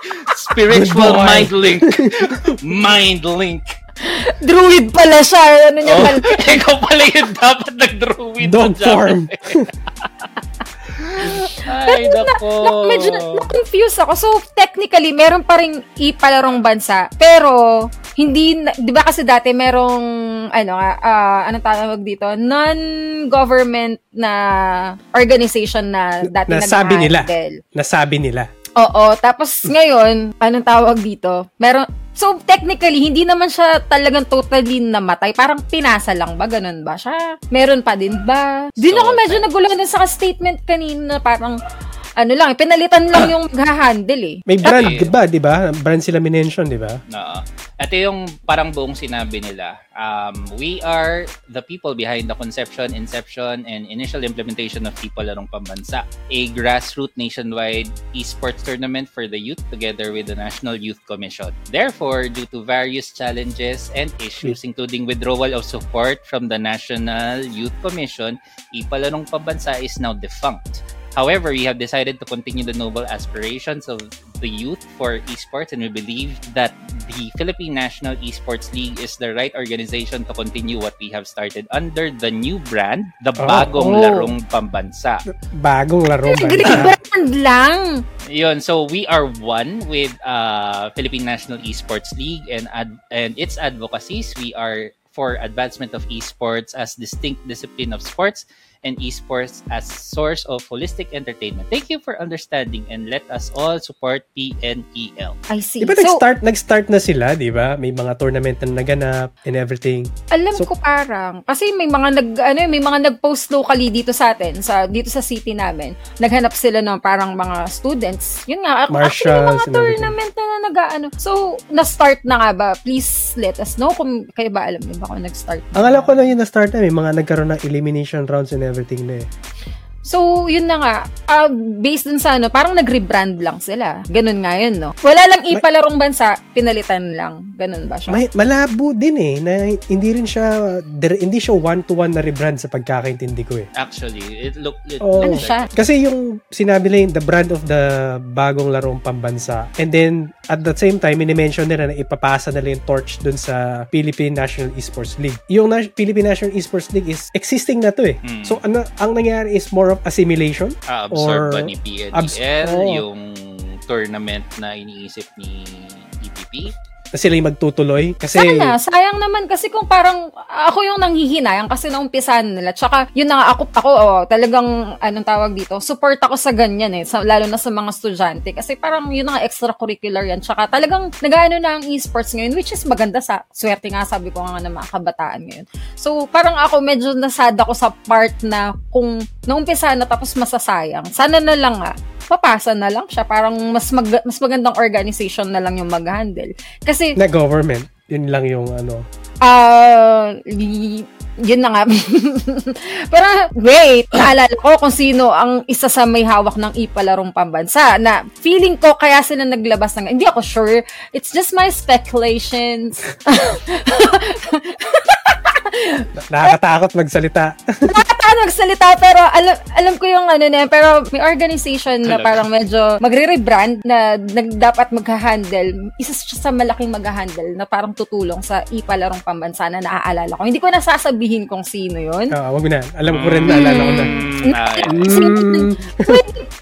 Good
Spiritual
boy.
mind link. Mind link.
<laughs> druid pala siya. Ano niya
Oh, <laughs>
pala.
ikaw pala yung dapat nag-drawing.
Dog form.
Ay, nako.
Nak, medyo na-confuse ako. So, technically, meron pa rin ipalarong bansa. Pero, hindi, na- di ba kasi dati merong, ano nga, ah, anong tawag dito? Non-government na organization na dati
Na sabi nila.
nag-handle.
Nasabi nila. <laughs>
Oo. Tapos, ngayon, anong tawag dito? Meron, So, technically, hindi naman siya talagang totally namatay. Parang pinasa lang ba? Ganun ba siya? Meron pa din ba? Din
So,
ako medyo nagulo dun sa statement kanina. Parang, ano lang,
<laughs>
pinalitan lang yung magha-handle eh.
May brand
Dati-
ba, di ba? Brand sila minention, diba? di ba?
Oo. Ito yung parang buong sinabi nila. Um, we are the people behind the conception, inception, and initial implementation of People Larong Pambansa, a grassroots nationwide esports tournament for the youth together with the National Youth Commission. Therefore, due to various challenges and issues, including withdrawal of support from the National Youth Commission, People Larong Pambansa is now defunct. However, we have decided to continue the noble aspirations of the youth for esports, and we believe that the Philippine National Esports League is the right organization to continue what we have started under the new brand, the
Oh.
Bagong
Oh.
Larong Pambansa.
Bagong laro ba?
Nag-re- brand lang.
Yun, so we are one with uh, Philippine National Esports League and ad- and its advocacies. We are for advancement of esports as distinct discipline of sports and esports as source of holistic entertainment. Thank you for understanding and let us all support E PNEL.
I see.
Di ba
so,
Diba nag-start, nag-start na sila, di ba? May mga tournament na naganap and everything.
alam
so-
ko parang, kasi may mga nag, ano, eh, may mga nag-post locally dito sa atin, sa, dito sa city namin. Naghanap sila ng parang mga students. Yun nga, ako, actually, may
Marshals
mga
and everything.
tournament na, na nag-ano. So, na-start na nga ba? Please let us know kung kayo ba alam niyo ba kung nag-start na.
Ang alam ko lang yun na-start na, may mga nagkaroon ng elimination rounds and everything na eh.
So, yun na nga. Ah, based dun sa ano, parang nag-rebrand lang sila. Ganun nga yun, no? Wala lang ipalarong bansa, pinalitan lang. Ganun ba siya?
May, malabo din eh, na hindi rin siya, dire- hindi siya one-to-one na rebrand sa pagkakaintindi ko eh.
Actually, it looked it
Oh.
ano
looked like
siya?
Kasi yung sinabi nila yung the brand of the bagong larong pambansa. And then, at the same time, minimension nila na ipapasa nila yung torch dun sa Philippine National Esports League. Yung Nas- Philippine National Esports League is existing na to eh.
Hmm.
So, ano, ang nangyari is more of assimilation.
Ah,
Or-
absorb ba ni PNEL
abs- oh.
yung tournament na iniisip ni E EPP?
Na sila yung magtutuloy. Kasi,
Sana, sayang naman kasi kung parang ako yung nanghihinayang kasi naumpisahan nila. Tsaka, yun na nga, ako, ako oh, talagang, anong tawag dito, support ako sa ganyan eh, sa, lalo na sa mga estudyante. Kasi parang yun na nga, extracurricular yan. Tsaka talagang nag-ano na ang esports ngayon, which is maganda sa, swerte nga sabi ko nga ng mga kabataan ngayon. So, parang ako medyo nasad ako sa part na kung naumpisahan na tapos masasayang. Sana na lang nga, papasa na lang siya. Parang mas, mag- mas magandang organization na lang yung mag-handle. Kasi,
na government. Yun lang yung ano.
Ah, y- yun na nga. <laughs> Pero wait, naalala ko kung sino ang isa sa may hawak ng ipalarong pambansa na feeling ko kaya sila naglabas ng hindi ako sure. It's just my speculations.
Na- Nakakatakot magsalita.
Nakakataan magsalita pero alam, alam ko yung ano na yan, pero may organization na
Talaga.
parang medyo magre-rebrand na nag, dapat magha-handle. Isa siya sa malaking magha-handle na parang tutulong sa ipalarong pambansa na naaalala ko. Hindi ko nasasabihin kung sino yun.
Ah, wag mo na. Alam ko rin, naalala ko na.
Mm, ah, yeah.
Mm,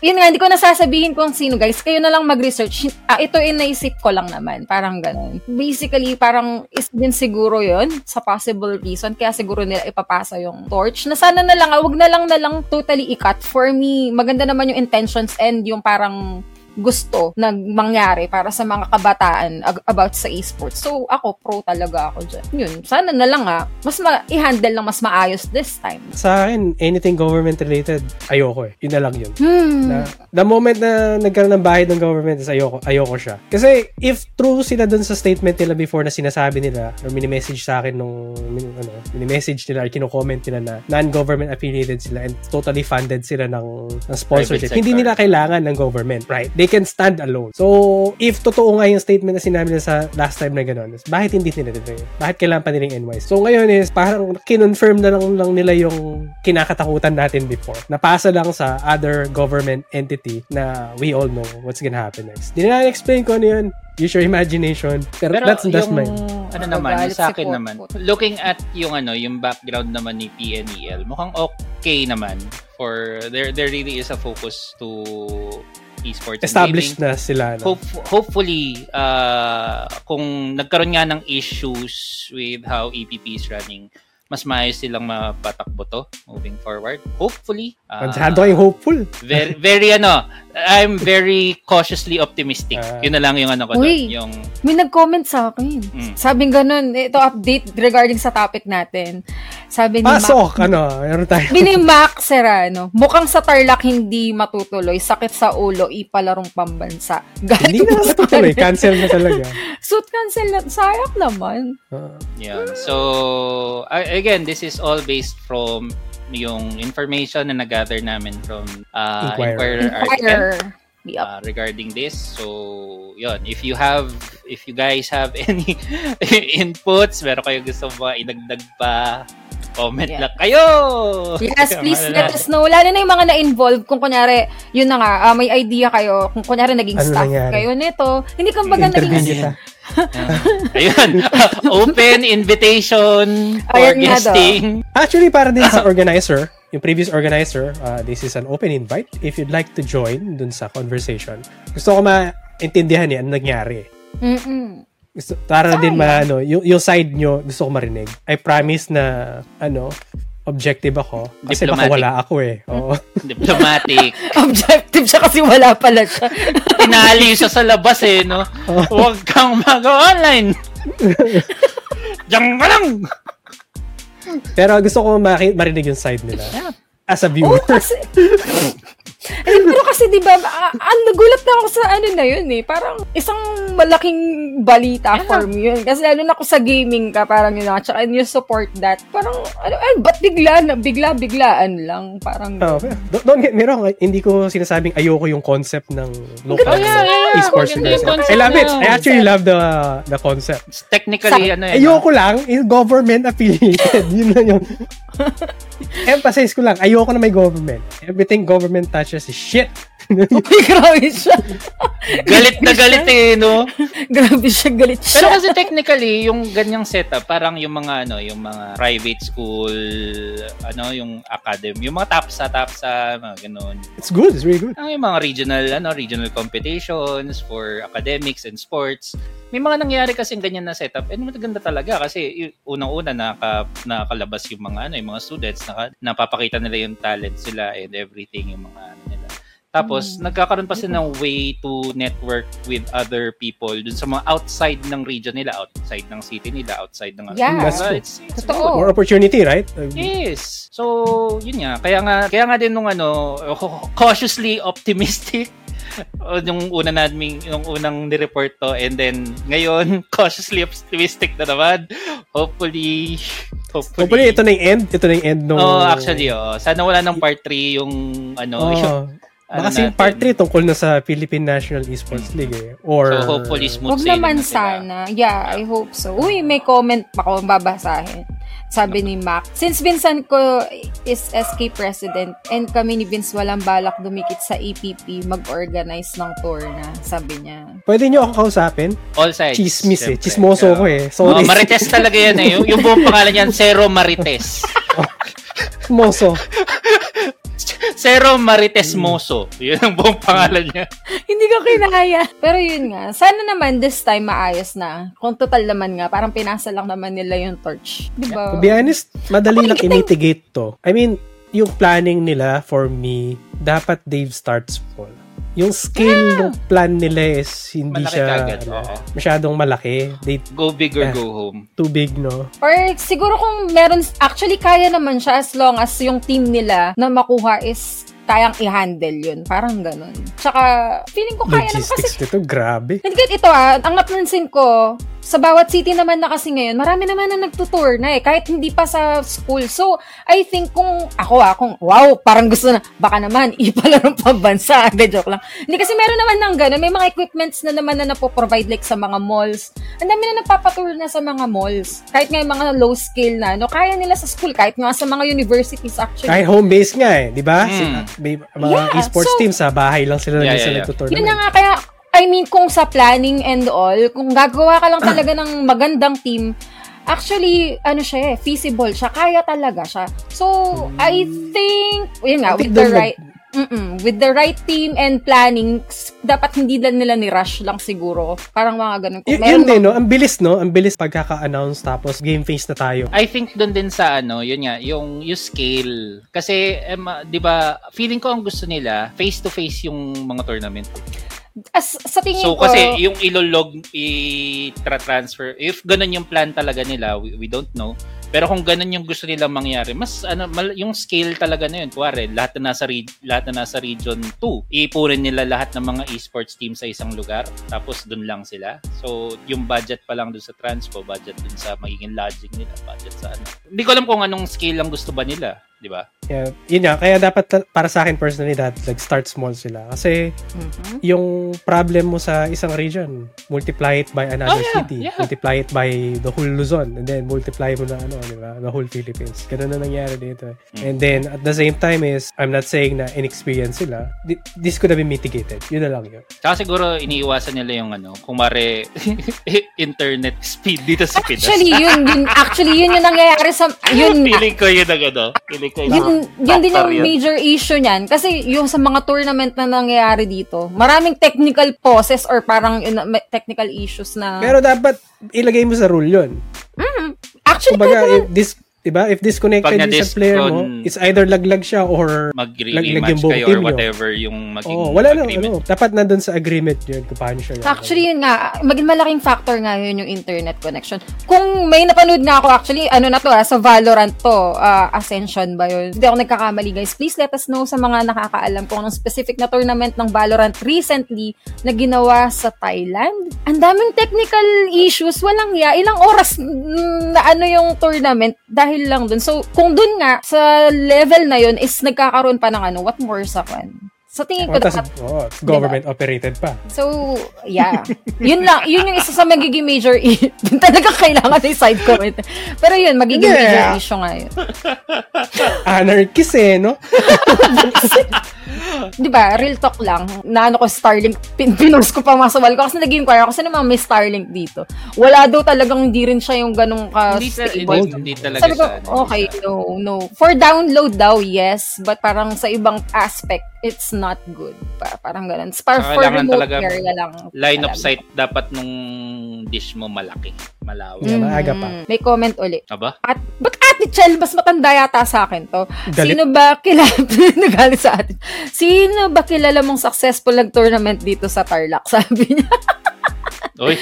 yun nga, hindi ko nasasabihin kung sino, guys. Kayo na lang mag-research. Ah, ito yung naisip ko lang naman. Parang ganun. Basically, parang is din siguro yun sa possible reason. Kaya siguro nila ipapasa yung torch. Na sana na lang, ah, wag na lang na lang totally i-cut. For me, maganda naman yung intentions and yung parang gusto na mangyari para sa mga kabataan ag- about sa esports. So, ako, pro talaga ako dyan. Yun, sana na lang ah, mas ma- i-handle ng mas maayos this time.
sa akin, anything government related, ayoko eh. Yun na lang yun.
Hmm.
Na, the moment na nagkaroon ng bahay ng government is ayoko, ayoko siya. Kasi if true sila dun sa statement nila before na sinasabi nila or minimessage sa akin nung min- ano, minimessage nila or kinocomment nila na non-government affiliated sila and totally funded sila ng, ng sponsorship.
Private sector.
Hindi nila kailangan ng government, right? They can stand alone. So, if totoo nga yung statement na sinabi nila sa last time na gano'n, is bakit hindi nila nila yun? Bakit kailangan pa nila yung NYC? So, ngayon is parang kinonfirm na lang, lang nila yung kinakatakutan natin before. Napasa lang sa other government entity na we all know what's gonna happen next. Di na explain ko ano yun. Use your imagination. Pero,
Pero
that's, that's
yung,
mine.
ano naman,
Magalit
yung sa
si
akin
Pot
naman,
Pot.
looking at yung ano, yung background naman ni PNEL, mukhang okay naman for, there, there really is a focus to esports. and
Established
gaming.
na sila. No?
Hope, hopefully, uh, kung nagkaroon nga ng issues with how EPP E is running, mas maayos silang mapatakbo to moving forward. Hopefully. ah,
Masyado kayong hopeful.
very, very ano, I'm very cautiously
<laughs>
optimistic.
Ah.
Yun na lang yung ano ko doon.
Uy.
Yung,
May nag-comment sa akin.
Hmm.
Mm.
Sabing ganun, ito update regarding sa topic natin. Sabi ni Mac,
Pasok! Ano? Meron tayo.
sabi ni Mac Serrano, mukhang sa Tarlac hindi matutuloy, sakit sa ulo, ipalarong pambansa.
Hindi
Galit
na
<laughs>
po sa
natutuloy.
Tarlac.
Cancel na talaga.
Suit cancel na, sayang naman.
Ah,
yun. So, a- again, this is all based from yung information na nag-gather namin from uh,
Inquirer.
Inquirer, RTM.
Fire. Yup.
uh, regarding this. So, yun, if you have if you guys have <laughs> any inputs, meron kayo gusto ba inagdag pa, comment
Yeah.
lang kayo.
Yes, please
Wala
eh.
let
na.
us know. Lalo na yung mga na-involved. Kung kunyari, yun na nga, ah, may idea kayo. Kung kunyari naging
Ano
staff
nangyari?
kayo nito. Hindi kumbaga
Interview
naging...
kita.
<laughs> Ayun, <laughs> open invitation for
Ayun nga daw.
guesting. <laughs>
Actually, para din sa <laughs> organizer, yung previous organizer, uh, this is an open invite. If you'd like to join dun sa conversation, gusto ko maintindihan niya ano nangyari.
Mm-mm.
Gusto, para din
Sayang.
maano, yung, yung side nyo, gusto ko marinig. I promise na, ano, objective ako. Kasi baka
Diplomatic.
wala ako eh. Oo. <laughs>
Diplomatic.
Objective siya kasi wala pala siya.
<laughs>
Tinali siya sa labas eh, no? Huwag kang mag-online. Diyan ka lang.
Pero gusto ko maki- marinig yung side nila. As a
Oo,
viewer.
kasi... <laughs> Eh, pero kasi di ba ah, ah, nagulat na ako sa ano na yun eh. Parang isang malaking balita for me yun. Kasi lalo na kung sa gaming ka, parang yun na. Tsaka and you support that. Parang, ano, ay, ba't bigla, na- bigla, biglaan lang. Parang,
Oh, pero don't, don't get me wrong, hindi ko sinasabing ayoko yung concept ng local
Oh, yeah, yeah, yeah.
esports
Maganda yung
organizer. I
concept
love it.
na yun.
I actually love the the concept.
Technically, ano eh. no?
Ayoko lang, is government affiliated. <laughs> Yun lang yun. Emphasize ko lang, ayoko na may government. Everything government touches is shit.
<laughs> grabe siya.
Galit na galit eh, no?
grabe siya, galit siya.
Pero kasi technically, yung ganyang setup, parang yung mga ano, yung mga private school, ano, yung academy, yung mga tapsa, tapsa, mga ganun.
It's good, it's really good.
Ang yung mga regional, ano, regional competitions for academics and sports. May mga nangyari kasi ganyan na setup and maganda talaga kasi y- unang-una naka, nakakalabas yung mga ano, yung mga students, naka, napapakita nila yung talent sila and everything yung mga ano nila. Tapos, nagkakaroon pa sila ng way to network with other people dun sa mga outside ng region nila, outside ng city nila, outside ng... ano
Yeah.
That's true.
It's, it's good.
Totoo.
More opportunity, right? Um,
Yes. So, yun nga. Kaya nga, kaya nga din nung ano, <laughs> cautiously optimistic <laughs> o yung una namin, yung unang nireport to and then ngayon, <laughs> cautiously optimistic na naman. Hopefully, hopefully.
Hopefully, ito na yung end. Ito na yung end ng...
Oh, actually, oh. Sana wala ng part 3 yung ano,
Oo.
yung ano
Oh. Baka kasi yung
natin.
part 3 tungkol na sa Philippine National Esports League eh. Or...
So, hopefully smooth
Huwag
sailing
naman
na sila.
sana. Yeah, I hope so. Uy, may comment pa ko babasahin. Sabi
Ano?
ni Mac, since Vincent ko is SK president and kami ni Vince walang balak dumikit sa EPP, mag-organize ng tour na, sabi niya.
Pwede nyo ako kausapin?
All sides.
Chismis eh.
syempre.
Chismoso ko eh.
Oh,
Sorry.
Marites talaga yan eh. Yung, yung buong pangalan niyan, Zero
<laughs>
Marites. <laughs>
Chismoso.
Zero Marites Moso. Yun ang buong pangalan niya.
Hindi ko kinaya. Pero yun nga, sana naman this time maayos na. Kung total naman nga, parang pinasa lang naman nila yung torch. Diba? Di ba?
To be honest, madali lang
Ako,
imitigate to. I mean, yung planning nila for me, dapat they've start small. Yung scale
Ah!
ng plan nila is hindi
Malaki
siya
kagad,
ano,
oo.
masyadong malaki. They
Go big
Yeah.
or go home.
too big, no?
Or siguro kung meron, actually kaya naman siya as long as yung team nila na makuha is kayang i-handle yun. Parang ganun. Tsaka, feeling ko kaya naman kasi
Logistics nito, grabe.
And kahit ito ah, ang napansin ko, sa bawat city naman na kasi ngayon, marami naman na nagtutour na eh, kahit hindi pa sa school. So, I think kung ako ah, kung wow, parang gusto na, baka naman, <laughs> ipala ng pambansa. <laughs> Hindi, joke lang. Hindi kasi meron naman ng gano'n. May mga equipments na naman na napoprovide like sa mga malls. Ang dami na nagpapatour na sa mga malls. Kahit nga yung mga low scale na, no, kaya nila sa school, kahit nga sa mga universities actually.
Kahit home base nga eh, di ba?
Mm.
Sila- May mga
Yeah,
esports
so-
teams sa bahay lang sila yeah,
Yeah, yeah, yeah.
nagtutour
Yun na
naman.
nga, kaya, I mean, kung sa planning and all, kung gagawa ka
<clears throat>
lang talaga ng magandang team, actually, ano siya eh, feasible siya, kaya talaga siya. So, I think, yun nga,
Hmm. I think
with the
doon nag-
right, Mm-mm. With the right team and planning, s- dapat hindi lang nila ni-rush lang siguro. Parang mga ganun. Kung
Y- yun
meron
din,
mga-
no? Ang bilis, no? Ang bilis pagkaka-announce tapos game face na tayo.
I think doon din sa ano, yun nga, yung, yung scale. Kasi, eh, ma- di ba, feeling ko ang gusto nila, face-to-face yung mga tournament.
As, sa tingin
So,
ko,
kasi yung ilolog, i-transfer, if ganun yung plan talaga nila, we, we don't know. Pero kung ganun yung gusto nilang mangyari, mas ano, mal- yung scale talaga na yun. Kuwari, lahat na nasa, re- lahat na nasa region 2, iipunin nila lahat ng mga esports team sa isang lugar, tapos dun lang sila. So, yung budget pa lang dun sa transpo, budget dun sa magiging lodging nila, budget sa ano. Hindi ko alam kung anong scale ang gusto ba nila, di ba?
Yeah, yun nga. Kaya dapat ta- para sa akin personally, that, like, start small sila. Kasi
Mhm.
yung problem mo sa isang region, multiply it by another
Oh, yeah,
city.
yeah.
Multiply it by the whole Luzon. And then multiply mo na ano, di ba? The whole Philippines. Ganun na nangyari dito. eh.
Mm.
And then at the same time is, I'm not saying na inexperienced sila. Thi- This could have been mitigated. Yun na lang yun.
Tsaka siguro iniiwasan nila yung ano, kumare <laughs> internet speed dito sa Pinas.
actually, yun, yun, actually, yun yung nangyayari sa, yun, nga.
Piling ko yun ang ano. Piling ko yun. ang-
yun, yun din
Factor
yung
yun.
major issue niyan. Kasi yung sa mga tournament na nangyayari dito, maraming technical pauses or parang yun, may technical issues na...
Pero dapat ilagay mo sa rule yun.
actually,
Kumbaga, eh,
kahit
if this, diba, if disconnected
Pag
yung
na-disc
sa player mo,
on-
it's either laglag siya or Lag-
Mag-rematch
lagyan buong
kayo
team
or
nyo.
whatever yung maging
oh, wala na, ano,
agreement.
dapat nandun sa agreement yun kung paano siya. gagawin.
Actually, yun nga, maging malaking factor nga yun yung internet connection. Kung may napanood nga ako, actually, ano na to, ah, sa Valorant to, ah, Ascension ba yun? Hindi ako nagkakamali, guys. Please let us know sa mga nakakaalam kung anong specific na tournament ng Valorant recently na ginawa sa Thailand. Ang daming technical issues, walang ya. Ilang oras mm, na ano yung tournament dahil lang dun. So, kung dun nga, sa level na yun, is nagkakaroon pa ng ano, what more sa kan? Sa tingin
Oh,
ko,
tas,
dapat
oh, it's government
Diba?
operated pa.
So, yeah. Yun lang, yun yung isa sa magiging major i- <laughs> Talaga kailangan ng side comment. Pero yun, magiging
Yeah.
major issue nga yun.
Anarchist eh, no?
Di ba, real talk lang, naano ko Starlink, pin pinost ko pa masawal ko kasi nag-inquire ako, sino mga may Starlink dito? Wala daw talagang hindi rin siya yung ganong
Hindi, ta- hindi,
ka-stable.
hindi talaga
Sabi ko,
siya, ano,
okay,
siya.
no, no. For download daw, yes, but parang sa ibang aspect, it's not good. Pa- Parang ganun. Para
Saka
for
kailangan
remote
talaga
area lang.
Line of
talaga.
sight dapat nung dish mo malaki. Malawak.
Yeah, maaga pa.
Mm, May comment ulit.
Aba?
At, ba't Ate Chel, mas matanda yata sa akin to.
Galit.
Sino ba kilala, <laughs> nagalit sa atin. Sino ba kilala mong successful nag-tournament dito sa Tarlac? <laughs> Sabi niya.
Uy,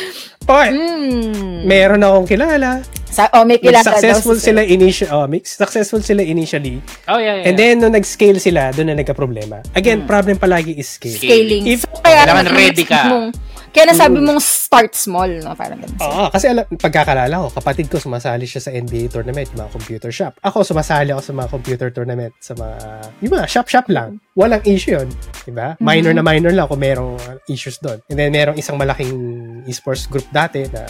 Okay,
Hmm.
meron akong kilala.
Sa, oh, may kilala daw
Successful
si Sir.
sila initially, oh, mix, successful sila initially.
oh yeah, yeah.
Eh.
And then, nung nag-scale sila, doon na nagka-problema.
Hmm.
Again, problem palagi is scale.
Scaling.
If-
So, kaya
Kailangan ready ka.
Mong, kaya nasabi mong start small. No? Parang ganun.
Oo, Ah, kasi alam, pagkakalala ko, kapatid ko sumasali siya sa NBA tournament, yung mga computer shop. Ako, sumasali ako sa mga computer tournament, sa mga, yung mga shop-shop lang. Walang issue yun, di ba?
Mm-hmm.
Minor na minor lang kung merong uh, issues doon. And then, merong isang malaking esports group dati na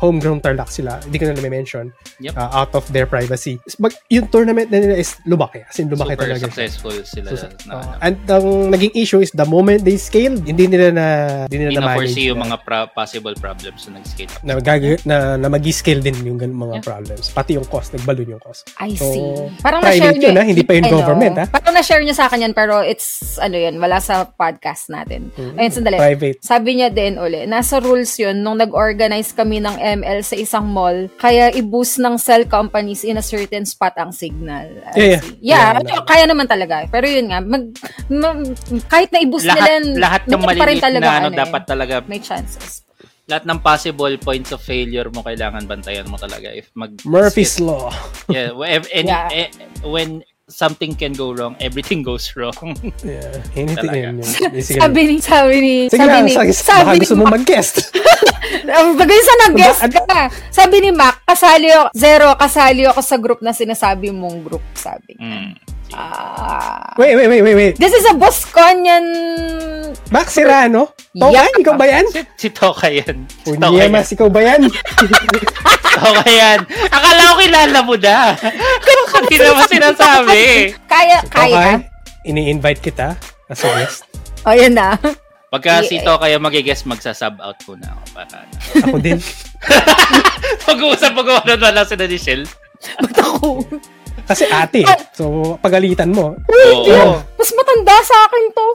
homegrown tarlac sila, hindi ko na na-mention,
Yep.
uh, out of their privacy. Mag, yung tournament na nila is lumaki, as in lumaki
Super
talaga siya.
successful sila.
So,
na,
oo.
ano.
and ang naging issue is the moment they scaled, hindi nila na hindi nila
Hindi
na
na foresee yung
na-
mga pra- possible problems na nag-skate up.
na, gag- na, na mag-scale din yung ganun mga
Yeah.
problems. Pati yung cost, nagbalon yung cost.
I
So,
see. Parang na-share
Oh. private
niyo.
yun, ha? Hindi pa yung
I know.
government, ah. ha?
Parang na-share niyo sa akin yan, pero it's, ano yun, wala sa podcast natin. Ayun, sandali.
Mm-hmm. Private.
Sabi niya din uli, nasa rules yun nung nag-organize kami ng ML sa isang mall, kaya i-boost ng cell companies in a certain spot ang signal. I
Yeah, yeah.
see.
Yeah,
Yeah,
wala,
ano,
wala.
kaya naman talaga. Pero yun nga, mag, ma- kahit na i-boost
Lahat,
nila,
lahat ng
meron pa rin
maliliit
talaga,
na ano,
ano eh,
dapat talaga
may chances.
lahat ng possible points of failure mo kailangan bantayan mo talaga if mag
Murphy's Law.
yeah whenever- any- eh,
Yeah.
when something can go wrong everything goes <laughs> wrong
Yeah. Anything
Talaga.
<laughs>
yun. yun. Sige
Sabi ni, sabi ni,
Sige
sabi
lang,
ni,
sabi,
sabi
baka
ni,
gusto mo mag-guest. <laughs>
Ang bagay sa nag-guest
Ba-
ka. Sabi ni Mac, kasali ako, zero, kasali ako sa group na sinasabi mong group, sabi. niya.
mm.
Ah.
wait, wait, wait, wait, wait.
This is a Bosconian...
Max Serrano?
Yeah.
Tokan, ikaw ba
<laughs>
yan?
si, si Toka yan si Toka
Punya,
yan
Mas, ikaw ba yan?
Toka yan akala ko kilala mo na hindi naman sinasabi
Kaya,
Tokan,
kaya.
ini-invite kita as a guest.
O, oh, yun na. <laughs>
pagka si
Yeah.
Toka yan magigess magsasub out ko na ako para ano. <laughs>
Ako din.
pag-uusap pag-uusap na lang sila ni Shell
Ba't ako?
Kasi ate. So, pagalitan mo.
Oo.
Mas matanda sa akin to.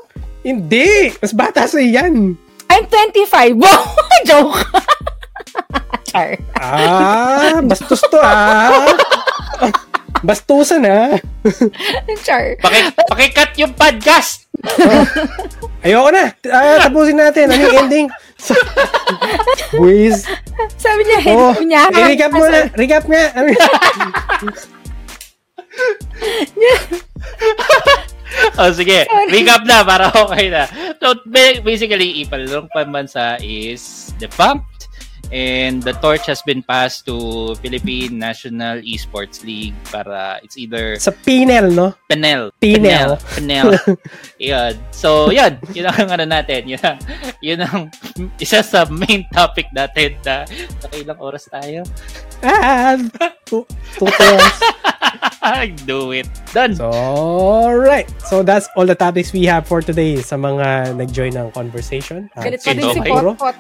Hindi! Mas bata sa yan!
I'm 25. Wow! <laughs> Joke. Char.
Ah, bastos to
<laughs>
ah! Bastusan ah!
Char.
Paki, pakikat yung podcast! <laughs>
Ayoko na! Ah, tapusin natin! Ano yung ending? Buwis!
Sabi niya, head
Oh,
niya.
recap mo na! Recap nga! Ano yun?
O Oh, sige,
Sorry.
recap na para okay na. So ba- basically, Ipalong Pambansa is defunct and the torch has been passed to Philippine National Esports League para it's either
Sa Pinel, no?
Penel.
Pinel. <laughs>
Penel. yun. So, yun. Yun ang ano natin. Yun ang, yun ang <laughs> isa sa main topic natin na nakailang oras tayo. <laughs>
Ah! Two, two times.
I do it. Done.
So, alright. So, that's all the topics we have for today sa mga nag-join ng conversation. Ah, At
Galit pa din
Sino
si
kayo?
Potpot.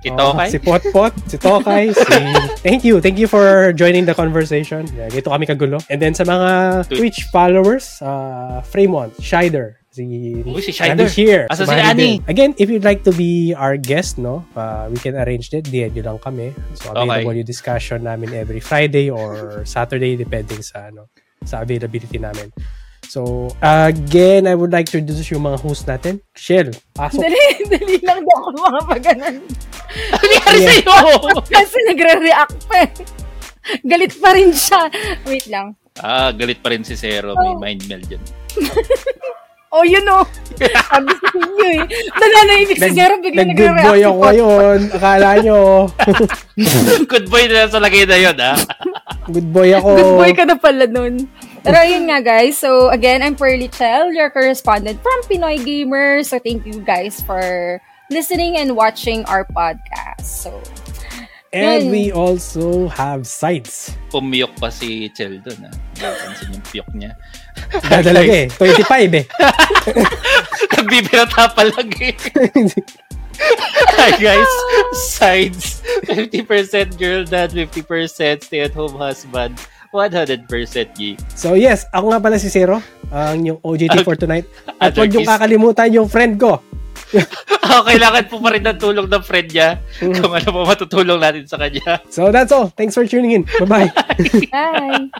Ito
Oo,
okay?
oh, Si Potpot, si Tokay, si...
<laughs>
Thank you. Thank you for joining the conversation. Yeah, dito kami kagulo. And then sa mga Twitch,
Twitch.
followers, uh, Fremont, Shider, si
Uy, si Shider.
Annie Shear.
Asa si
Sumali
Annie?
din. Again, if you'd like to be our guest, no, uh, we can arrange that. DM nyo lang kami. So,
Okay.
available yung discussion namin every Friday or Saturday, depending sa, ano, sa availability namin. So, again, I would like to introduce yung mga host natin. Shell, pasok.
<laughs> Dali, dali lang di ako mga paganan.
Ano nangyari
Yeah.
sa'yo?
<laughs>
Kasi nagre-react pa eh. <laughs> Galit pa rin siya. Wait lang.
ah, galit pa rin si Zero. May mind meld dyan.
Oh, you
<laughs>
know. Sabi sa inyo eh. Nananahimik si Zero, bigla
Nag-good
nagre-react.
boy
si
ako
Pot.
ngayon. Akala nyo,
<laughs>
<laughs>
Good boy na lang sa lagay na yun, ah. ha?
good boy ako.
Good boy ka na pala nun. Pero yun nga guys, so again, I'm Pearly Chell, your correspondent from Pinoy Gamer. So thank you guys for listening and watching our podcast. So,
And
Yun.
we also have
<laughs>
sites.
<laughs> Pumiyok pa si Chell dun, ha? Napansin yung piyok niya. <laughs>
Dadalaga eh.
<laughs>
25 eh.
Nagbibirata pa lang eh. Hi guys, sides. 50% girl dad, 50% stay-at-home husband, 100% geek.
so yes, ako nga pala si Zero, ang yung OJT for tonight. At
Other
huwag yung
kiss.
kakalimutan yung friend ko.
Oh, kailangan po pa rin ng tulong ng friend niya kung ano pa matutulong natin sa kanya.
<laughs>
So that's all. Thanks for tuning in. Bye-bye.
bye!